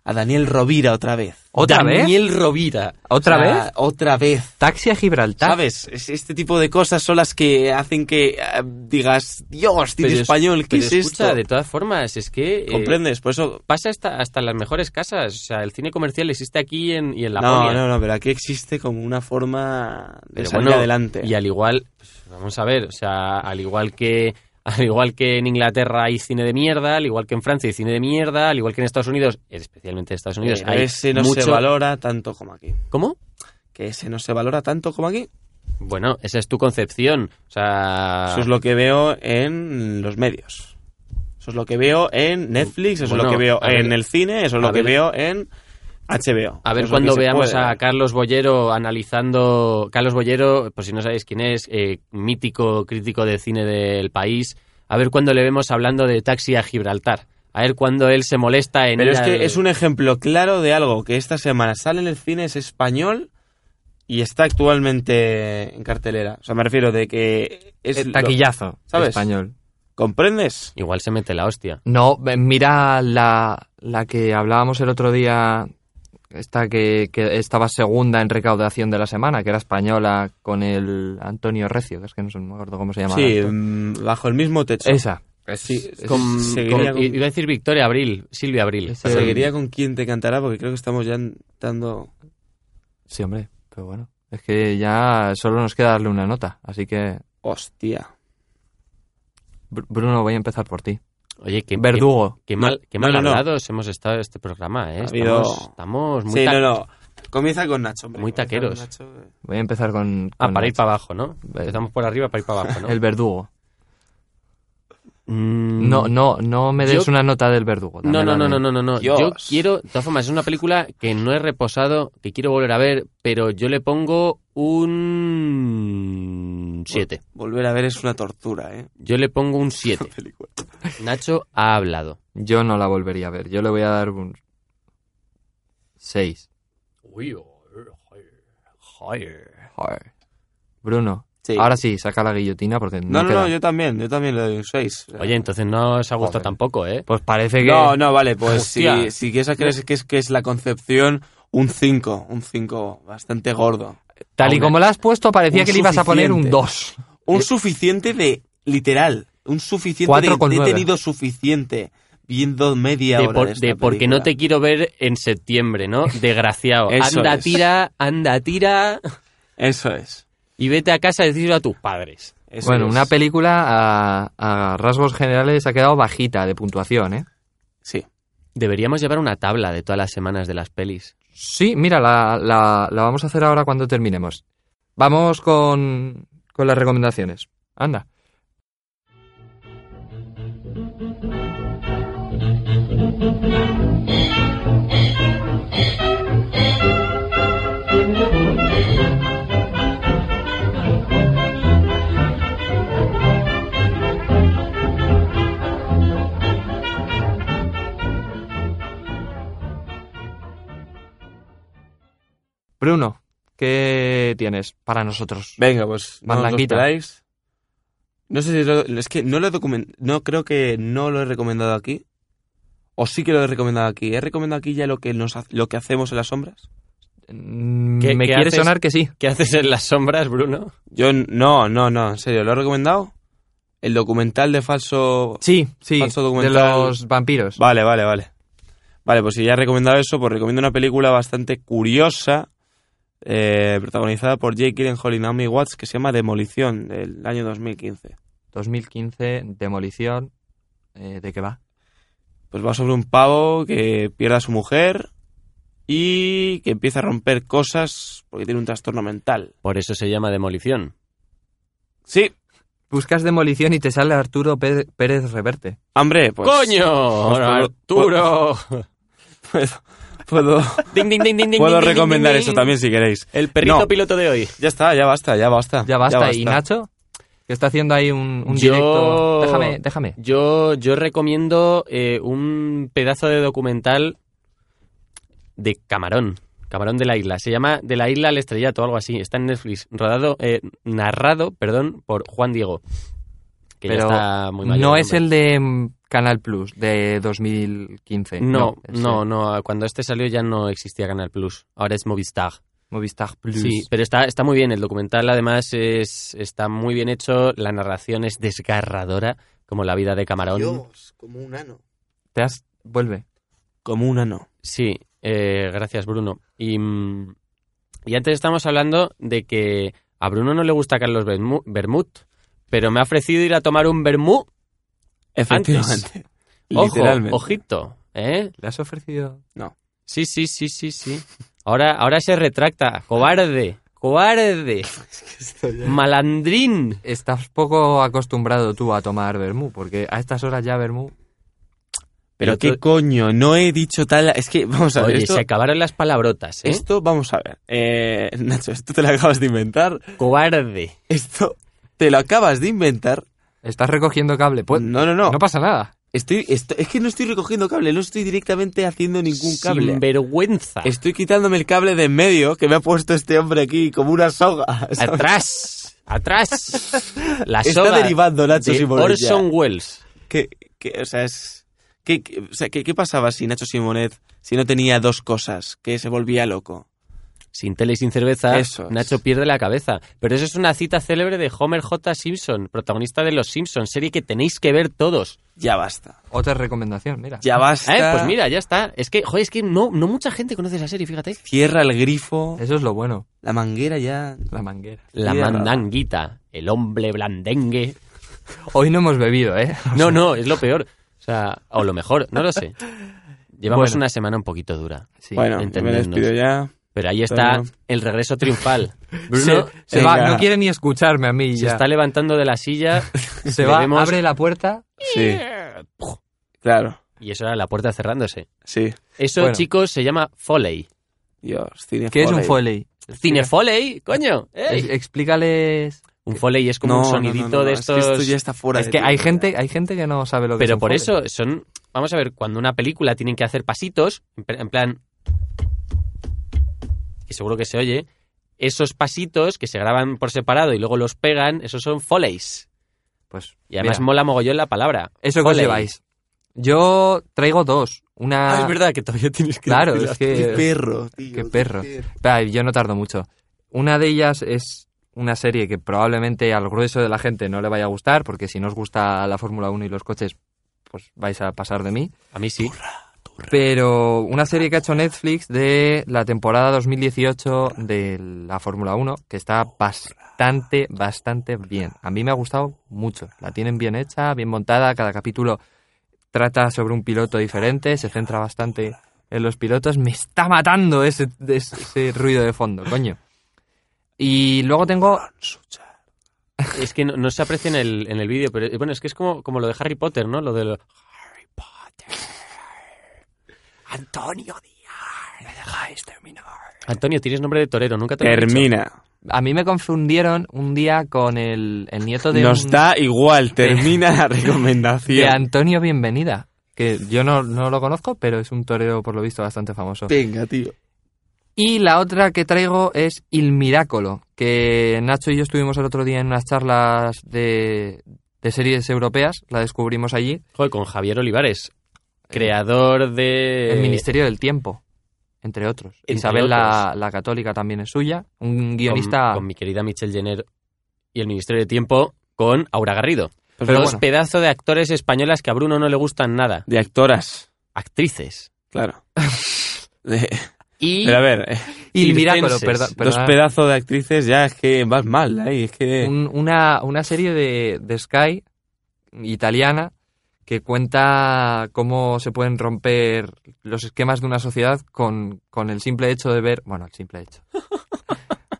S1: A Daniel Rovira otra vez.
S3: ¿Otra vez?
S2: Daniel Rovira.
S3: ¿Otra
S1: O sea,
S3: vez?
S1: Otra vez.
S3: Taxi a Gibraltar.
S1: ¿Sabes? Es- Este tipo de cosas son las que hacen que ah, digas, Dios,
S2: Pero
S1: tiene
S2: es-
S1: español, ¿qué
S2: pero
S1: es
S2: escucha,
S1: esto?
S2: de todas formas, es que. eh,
S1: ¿Comprendes? Por eso...
S2: pasa hasta, hasta en las mejores casas. O sea, el cine comercial existe aquí en, y en la
S1: No, no, no, pero aquí existe como una forma de
S2: Pero
S1: salir
S2: bueno,
S1: adelante.
S2: Y al igual, pues, vamos a ver, o sea, al igual que al igual que en Inglaterra hay cine de mierda, al igual que en Francia hay cine de mierda, al igual que en Estados Unidos, especialmente en Estados Unidos,
S1: Eh,
S2: hay
S1: ese no
S2: mucho
S1: se valora tanto como aquí.
S2: ¿Cómo?
S1: Que ese no se valora tanto como aquí.
S2: Bueno, esa es tu concepción, o sea,
S1: Eso es lo que veo en los medios. Eso es lo que veo en Netflix, eso es
S2: Bueno,
S1: lo que veo
S2: a ver-
S1: en el cine, eso es
S2: a
S1: lo que
S2: ver-
S1: veo en HBO.
S2: a
S1: Eso
S2: ver
S1: es Pues lo que
S2: cuando
S1: se
S2: veamos
S1: puede
S2: a
S1: ver.
S2: Carlos Bollero analizando Carlos Bollero, por si no sabéis quién es, eh, mítico crítico de cine del país, a ver cuando le vemos hablando de Taxi a Gibraltar, a ver cuando él se molesta en
S1: Pero
S2: ir
S1: es que
S2: al-
S1: es un ejemplo claro de algo que esta semana sale en el cine, es español y está actualmente en cartelera. O sea, me refiero de que es...
S3: Eh,
S1: lo-
S3: Taquillazo.
S1: ¿Sabes?
S3: Español.
S1: ¿Comprendes?
S2: igual se mete la hostia.
S3: No, eh, mira la, la que hablábamos el otro día, esta que, que estaba segunda en recaudación de la semana, que era española con el Antonio Recio, que es que no sé, no me acuerdo cómo se llamaba.
S1: Sí, mm, bajo el mismo techo.
S3: Esa.
S1: Sí,
S3: es-
S2: con,
S1: seguiría
S2: con-
S1: con-
S2: iba a decir Victoria Abril, Silvia Abril.
S3: Esa-
S2: perdón.
S1: Seguiría con quién te cantará porque creo que estamos ya dando...
S3: Sí, hombre, pero bueno. Es que ya solo nos queda darle una nota, así que
S1: Hostia.
S3: Br- Bruno, voy a empezar por ti.
S2: Oye, qué,
S3: Verdugo.
S2: qué- qué mal, qué
S1: No,
S2: mal
S1: no, no.
S2: hablados hemos estado en este programa, ¿eh?
S1: Ha habido-
S2: Estamos, estamos muy
S1: Sí,
S2: ta-
S1: no, no. Comienza con Nacho, hombre.
S2: Muy
S1: Comienza
S2: taqueros.
S1: con Nacho, eh.
S3: Voy a empezar con...
S2: Ah,
S3: con
S2: para ir
S3: Nacho.
S2: para abajo, ¿no?
S3: Ver-
S2: Empezamos por arriba para ir para abajo, ¿no?
S3: El verdugo.
S2: Mm,
S3: No, no, no me des
S2: Yo-
S3: una nota del verdugo.
S2: No, no,
S3: dámela
S2: no,
S3: de-
S2: no, no, no, no.
S1: Pues Dios.
S2: Yo quiero, de todas formas, es una película que no he reposado, que quiero volver a ver, pero yo le pongo un 7.
S1: Volver a ver es una tortura, ¿eh?
S2: Yo le pongo un 7.
S1: Película.
S2: Nacho ha hablado.
S3: Yo no la volvería a ver. Yo le voy a dar un... 6. Bruno,
S1: Sí.
S3: ahora sí, saca la guillotina porque no,
S1: No, no,
S3: queda.
S1: no, yo también, yo también le doy un 6.
S2: Oye, entonces no os ha gustado
S3: Joder.
S2: tampoco, ¿eh?
S3: Pues parece que...
S1: No, no, vale, pues
S2: Hostia.
S1: si, si esa crees que es, que es la concepción, un 5, un 5 bastante gordo.
S3: Tal y
S2: Aún-
S3: como la has puesto, parecía
S1: un
S3: que le ibas a poner un
S1: suficiente.
S3: 2.
S1: Un suficiente de, literal, un suficiente
S3: Eh. Cuatro
S1: de,
S3: con
S1: he
S3: nueve.
S1: tenido suficiente viendo media
S2: de,
S1: hora
S2: por-
S1: de, esta
S2: de porque
S1: película.
S2: no te quiero ver en septiembre, ¿no? Desgraciado.
S1: Eso
S2: anda,
S1: es.
S2: tira, anda, tira
S1: Eso es.
S2: y vete a casa a decirlo a tus padres.
S1: eso
S3: Bueno,
S1: es.
S3: una película a, a rasgos generales ha quedado bajita de puntuación, ¿eh?
S1: Sí.
S2: Deberíamos llevar una tabla de todas las semanas de las pelis.
S3: Sí, mira, la, la- la vamos a hacer ahora cuando terminemos. Vamos con, con las recomendaciones. Anda. Bruno, ¿qué tienes para nosotros?
S1: Venga, pues no os lo
S3: Mandanguita.
S1: esperáis. No sé si lo- es que no lo he documentado, no creo que no lo he recomendado aquí. O sí que lo he recomendado aquí. ¿He recomendado aquí ya lo que nos ha- lo que hacemos en las sombras?
S3: Mm,
S2: ¿Qué-
S3: Me
S2: qué
S3: quiere
S2: haces?
S3: sonar que sí.
S2: ¿Qué haces en las sombras, Bruno?
S1: Yo n- no, no, no, en serio, ¿lo he recomendado? El documental de falso.
S3: Sí, sí,
S1: Falso
S3: de
S1: documental.
S3: los vampiros.
S1: Vale, vale, vale. Vale, pues si ya he recomendado eso, pues recomiendo una película bastante curiosa, eh, protagonizada por Jake Gyllenhaal y Naomi Watts, que se llama Demolición, del año 2015.
S3: 2015, demolición. eh, ¿De qué va?
S1: Pues va sobre un pavo que pierde a su mujer y que empieza a romper cosas porque tiene un trastorno mental.
S2: Por eso se llama demolición.
S1: Sí,
S3: Buscas demolición y te sale Arturo Pé- Pérez Reverte.
S1: hombre, pues...
S2: ¡Coño!
S1: puedo-
S2: ¡Arturo!
S1: Puedo, puedo,
S2: Ding, ding, ding, ding, ding,
S1: puedo
S2: ding, ding,
S1: recomendar
S2: ding,
S1: eso
S2: ding.
S1: también si queréis.
S2: El perrito
S1: No.
S2: piloto de hoy.
S1: Ya está, ya basta, ya basta.
S3: Ya basta. ¿Y Nacho? Que está haciendo ahí un, un
S2: Yo-
S3: directo. Déjame, déjame.
S2: Yo, yo recomiendo eh, un pedazo de documental de Camarón. Camarón de la isla. Se llama De la isla al estrellato o algo así. Está en Netflix. Rodado, eh, narrado, perdón, por Juan Diego. Que ya
S3: Pero
S2: está muy mayor,
S3: no es
S2: hombre.
S3: el de mm, Canal Plus de 2015.
S2: No,
S3: ese.
S2: no, no. Cuando este salió ya no existía Canal Plus. Ahora es Movistar.
S3: Movistar Plus.
S2: Sí, pero está, está muy bien. El documental, además, es, está muy bien hecho. La narración es desgarradora, como la vida de Camarón.
S1: como un ano.
S3: Te has... Vuelve.
S1: Como un ano.
S2: Sí, eh, gracias, Bruno. Y, mm, y antes estamos hablando de que a Bruno no le gusta Carlos Bermu- Bermud, pero me ha ofrecido ir a tomar un Bermú.
S1: Efectivamente.
S2: Ojo,
S1: Literalmente.
S2: ojito, ¿eh?
S3: ¿Le has ofrecido?
S2: Sí, sí, sí, sí, sí. Ahora, ahora se retracta. Cobarde, cobarde, malandrín.
S3: Estás poco acostumbrado tú a tomar vermú, porque a estas horas ya vermú...
S1: Pero
S2: Yo
S1: qué
S2: to-
S1: coño, no he dicho tal... Es que, vamos a ver,
S2: Oye,
S1: esto,
S2: se acabaron las palabrotas, ¿eh?
S1: esto, vamos a ver. Eh, Nacho, esto te lo acabas de inventar.
S2: Cobarde.
S1: Esto te lo acabas de inventar.
S3: Estás recogiendo cable. Pues,
S1: no, no, no.
S3: no pasa nada.
S1: Estoy, esto- es que no estoy recogiendo cable, no estoy directamente haciendo ningún cable.
S2: vergüenza.
S1: Estoy quitándome el cable de en medio que me ha puesto este hombre aquí como una soga. ¿sabes?
S2: Atrás, atrás. La
S1: Está
S2: soga
S1: derivando, Nacho
S2: de
S1: Simonet, ya.
S2: Orson Welles.
S1: ¿Qué, qué- o sea, es, ¿qué, qué- o sea, ¿qué- qué pasaba si Nacho Simonet si no tenía dos cosas? Que se volvía loco.
S2: Sin tele y sin cerveza,
S1: Eso es.
S2: Nacho pierde la cabeza. Pero eso es una cita célebre de Homer J. Simpson, protagonista de Los Simpsons, serie que tenéis que ver todos.
S1: Ya basta.
S3: Otra recomendación, mira.
S1: Ya basta.
S2: Eh, Pues mira, ya está. Es que, joder, es que no, no mucha gente conoce esa serie, fíjate.
S1: Cierra el grifo.
S3: Eso es lo bueno,
S1: La manguera ya.
S3: la manguera.
S2: La
S1: Cierra.
S2: mandanguita, el hombre blandengue.
S3: Hoy no hemos bebido, ¿eh?
S2: No, no, es lo peor. O sea, o lo mejor, no lo sé. Llevamos
S3: Bueno.
S2: una semana un poquito dura.
S3: Sí.
S1: bueno, yo me
S2: entendednos.
S1: despido ya.
S2: Pero ahí está
S1: Pero no.
S2: el regreso triunfal.
S3: Se,
S2: Bruno
S3: se
S1: venga.
S3: va, no quiere ni escucharme a mí
S2: se
S3: ya.
S2: está levantando de la silla.
S3: Se
S2: le
S3: va,
S2: vemos-
S3: abre la puerta.
S1: Sí, claro.
S2: Y eso era la puerta cerrándose.
S1: Sí.
S2: Eso,
S3: Bueno.
S2: chicos, se llama foley.
S1: Dios, cine
S3: ¿Qué es un
S1: foley.
S3: foley?
S2: Cinefoley, coño. ¡Ey!
S3: Es- Explícales.
S2: Un foley es como
S1: No,
S2: un
S1: no,
S2: sonidito
S1: no, no,
S2: de
S1: es que
S2: estos.
S1: esto ya está fuera
S3: Es
S1: de
S3: que
S1: ti,
S3: hay
S1: ya.
S3: gente, hay gente que no sabe lo que es
S2: Pero
S3: un
S2: por
S3: foley.
S2: eso son. Vamos a ver, cuando una película tienen que hacer pasitos, en pl- en plan. Que seguro que se oye. Esos pasitos que se graban por separado y luego los pegan, esos son foleys.
S3: Pues,
S2: Y además
S3: mira,
S2: mola mogollón la palabra.
S3: eso que os
S2: Foley.
S3: lleváis. Yo traigo dos. Una.
S2: Ah, es verdad que todavía tienes que.
S3: Claro,
S2: decir
S3: es
S1: Qué
S3: que.
S1: perro, tío.
S3: qué perro. Espera, yo no tardo mucho. Una de ellas es una serie que probablemente al grueso de la gente no le vaya a gustar, porque si no os gusta la Fórmula 1 y los coches, pues vais a pasar de mí.
S2: A mí sí.
S3: Pero una serie que ha hecho Netflix de la temporada 2018 de la Fórmula 1, que está bastante, bastante bien. A mí me ha gustado mucho. La tienen bien hecha, bien montada. Cada capítulo trata sobre un piloto diferente, se centra bastante en los pilotos. Me está matando ese, ese- ese ruido de fondo, coño. Y luego tengo...
S2: Es que no, no se aprecia en el, en el vídeo, pero eh, bueno, es que es como, como lo de Harry Potter, ¿no? Lo de lo- Harry Potter. Antonio Díaz. Me dejáis terminar. Antonio, tienes nombre de torero, nunca te lo he
S1: Termina.
S3: A mí me confundieron un día con el, el nieto de...
S1: Nos
S3: un-
S1: da igual, termina la
S3: de
S1: recomendación.
S3: Eh, Antonio Bienvenida, que yo no, no lo conozco, pero es un torero por lo visto bastante famoso.
S1: Venga, tío.
S3: Y la otra que traigo es Il Miracolo, que Nacho y yo estuvimos el otro día en unas charlas de, de series europeas, la descubrimos allí,
S2: dicho. Joder, con Javier Olivares, creador de...
S3: el Ministerio del Tiempo, entre otros.
S2: Eh, entre
S3: Isabel la, la Católica también es suya, un
S2: con-
S3: guionista...
S2: Con, mi querida Michelle Jenner y el Ministerio de Tiempo con Aura Garrido.
S3: Pero
S2: Dos
S3: bueno.
S2: pedazos de actores españolas que a Bruno no le gustan nada.
S1: De actoras.
S2: Actrices.
S1: Claro. De-
S2: Y
S1: pero a ver, eh,
S3: Il Miracolo,
S2: Circenses,
S3: perdón.
S1: dos pedazos de actrices ya es que vas mal, ahí, es que...
S3: un- una, una serie de, de Sky italiana que cuenta cómo se pueden romper los esquemas de una sociedad con, con el simple hecho de ver, bueno, el simple hecho,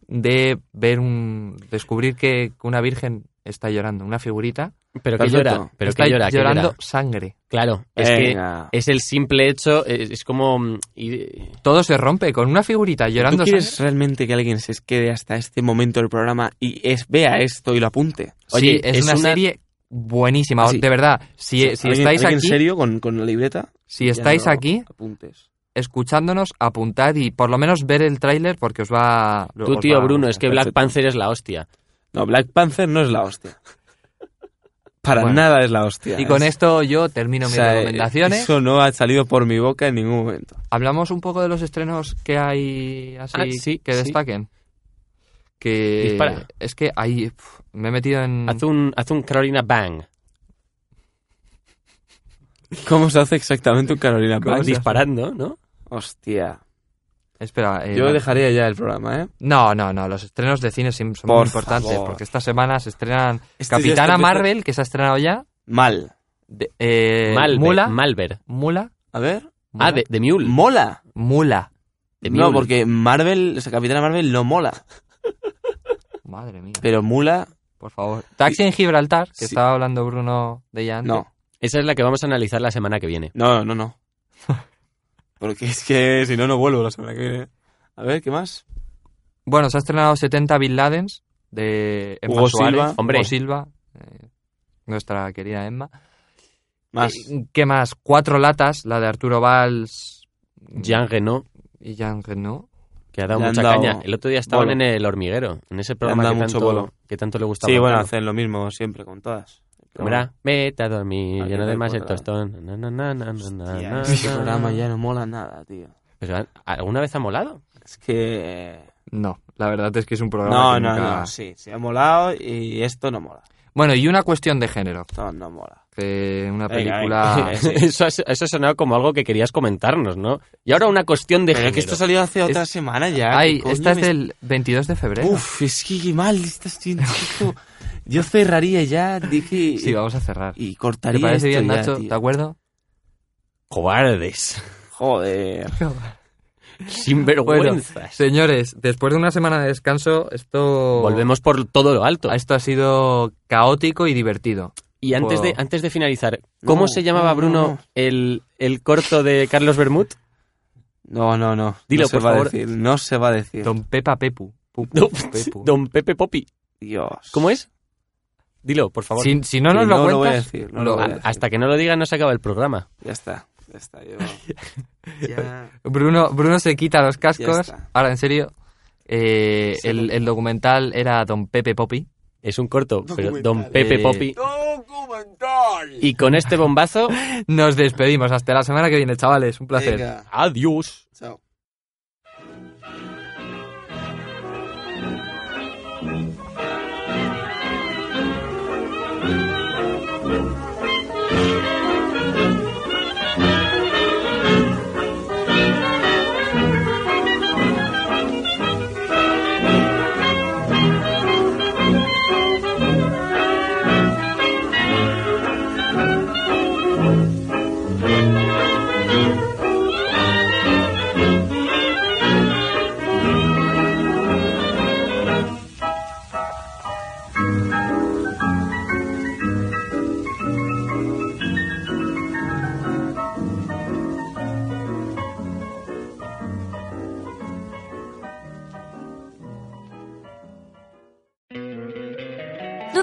S3: de ver un, descubrir que una virgen está llorando, una figurita,
S2: pero que
S1: Perfecto.
S2: llora, pero
S3: está
S2: que llora, que llora.
S3: llorando Eh, sangre.
S2: Claro, es que
S1: Venga.
S2: es el simple hecho, es, es como mm, y-
S3: Todo se rompe con una figurita
S1: ¿Tú
S3: llorando
S1: quieres
S3: sangre.
S1: realmente que alguien se quede hasta este momento del programa y es, vea esto y lo apunte?
S2: Oye,
S3: sí, es,
S2: es
S3: una,
S2: una-
S3: serie buenísima,
S1: Ah, Sí.
S3: de verdad. Si, si
S1: ¿Alguien-
S3: estáis
S1: alguien
S3: aquí,
S1: en serio con, con la libreta?
S3: si
S1: Ya
S3: estáis
S1: no
S3: aquí,
S1: Apuntes.
S3: escuchándonos, apuntad y por lo menos ver el tráiler porque os va...
S2: tu
S3: os
S2: tío
S3: va-
S2: Bruno, es que Black
S1: perfecto.
S2: Panther es la hostia.
S1: No, Black Panther no es la hostia. Para
S3: Bueno.
S1: nada es la hostia.
S3: Y con
S1: Es-
S3: esto yo termino
S1: o
S3: mis
S1: sea, eh,
S3: recomendaciones.
S1: Eso no ha salido por mi boca en ningún momento.
S3: Hablamos un poco de los estrenos que hay así
S2: Ah, sí,
S3: que
S2: sí.
S3: destaquen. Que
S2: Dispara.
S3: es que ahí pf, me he metido en...
S2: Haz un, haz un Carolina Bang,
S1: ¿Cómo se hace exactamente un Carolina
S3: ¿Cómo
S1: Pank?
S3: se hace?
S2: disparando, ¿no?
S1: Hostia.
S3: Espera. eh,
S1: Yo
S3: no.
S1: dejaría ya el programa, ¿eh?
S3: no, no, no, Los estrenos de cine sí son muy
S1: Por
S3: importantes
S1: favor.
S3: porque esta semana se estrenan
S1: Este ya está
S3: Capitana
S1: empezando-
S3: Marvel, que se ha estrenado ya.
S1: Mal.
S3: de- eh,
S2: Malver,
S3: Mula.
S2: Malver.
S3: Mula.
S1: A ver.
S2: Ah, de, de Mule.
S1: Mola.
S3: Mula.
S2: De
S1: No,
S2: Mule.
S1: porque Marvel, o sea, Capitana Marvel no mola.
S3: Madre mía.
S1: Pero Mula,
S3: Por favor. Taxi en Gibraltar, que
S1: Sí.
S3: estaba hablando Bruno de ella antes.
S1: no.
S2: Esa es la que vamos a analizar la semana que viene.
S1: No, no, no. Porque es que si no, no vuelvo la semana que viene. A ver, ¿qué más?
S3: Bueno, se ha estrenado 70 Bin Ladens de Emma
S1: Hugo
S3: Suárez,
S1: Silva.
S2: Hombre.
S3: Hugo Silva, eh, nuestra querida Emma.
S1: Más.
S3: Eh, ¿Qué más? Cuatro latas, la de Arturo Valls
S2: Jean Reno,
S3: y Jean Reno.
S2: que ha dado
S1: Le han
S2: mucha
S1: dado
S2: caña. El otro día estaban
S1: bolo.
S2: en El Hormiguero, en ese programa
S1: dado
S2: que
S1: mucho
S2: tanto,
S1: bolo.
S2: que tanto le gustaba.
S1: Sí, bueno,
S2: Claro.
S1: hacen lo mismo siempre con todas. Pero
S2: Mira, vete a dormir,
S1: Aquí
S2: lleno de
S1: tal
S2: más el
S1: cual.
S2: tostón. Na, na, na, na, na, na,
S1: Hostia,
S2: na,
S1: este
S2: na.
S1: programa ya no mola nada, tío.
S2: Pero, ¿Alguna vez ha molado?
S1: Es que...
S3: No, la verdad es que es un programa
S1: No,
S3: que
S1: no,
S3: nunca-
S1: no, sí, se ha molado y esto no mola.
S3: Bueno, y una cuestión de género.
S1: Esto no mola.
S3: Que una
S1: Venga,
S3: película...
S1: venga. Sí.
S2: Eso, ha- eso ha sonado como algo que querías comentarnos, ¿no? Y ahora una cuestión de
S1: Pero es que
S2: género.
S1: esto salió hace otra
S3: Es-
S1: semana ya.
S3: Ay,
S1: ¿qué coño
S3: esta es
S1: me-
S3: del 22 de febrero.
S1: Uf, es que qué mal está siendo esto. Yo cerraría ya, dije...
S3: Sí, vamos a cerrar.
S1: Y
S3: ¿Te
S1: cortaría
S3: parece
S1: esto
S3: bien,
S1: ya,
S3: Nacho?
S1: tío.
S3: ¿De acuerdo?
S2: Cobardes.
S1: Joder.
S2: Sinvergüenzas.
S3: Señores, después de una semana de descanso, esto.
S2: Volvemos por todo lo alto.
S3: Esto ha sido caótico y divertido.
S2: Y antes de,
S3: Wow.
S2: antes de finalizar, ¿cómo
S1: No,
S2: se llamaba
S1: no, no,
S2: Bruno
S1: no.
S2: El, el corto de Carlos Bermud?
S1: No, no, no.
S2: Dilo,
S1: no se
S2: por
S1: va
S2: favor.
S1: a decir. No se va a decir.
S3: Don Pepa Pepu. Pupu,
S2: Don,
S3: Pepu.
S2: Don Pepe Popi.
S1: Dios.
S2: ¿Cómo es? Dilo, por favor.
S3: Si, si no nos
S1: Sí,
S3: lo
S1: no
S3: cuentas.
S1: lo voy a decir, no lo voy a
S2: A- Hasta que no lo diga no se acaba el programa.
S1: Ya está. Ya está. Yo... ya...
S3: Bruno, Bruno se quita los
S1: Ya
S3: cascos.
S1: está.
S3: Ahora, en serio. eh,
S1: Sí,
S3: el,
S1: no.
S3: el documental era Don Pepe Popi.
S2: Es un corto, pero Don Pepe
S3: Eh,
S2: Popi. Y con este bombazo,
S3: Nos despedimos. Hasta la semana que viene, chavales. Un placer.
S2: adiós.
S1: Chao.
S4: ¿No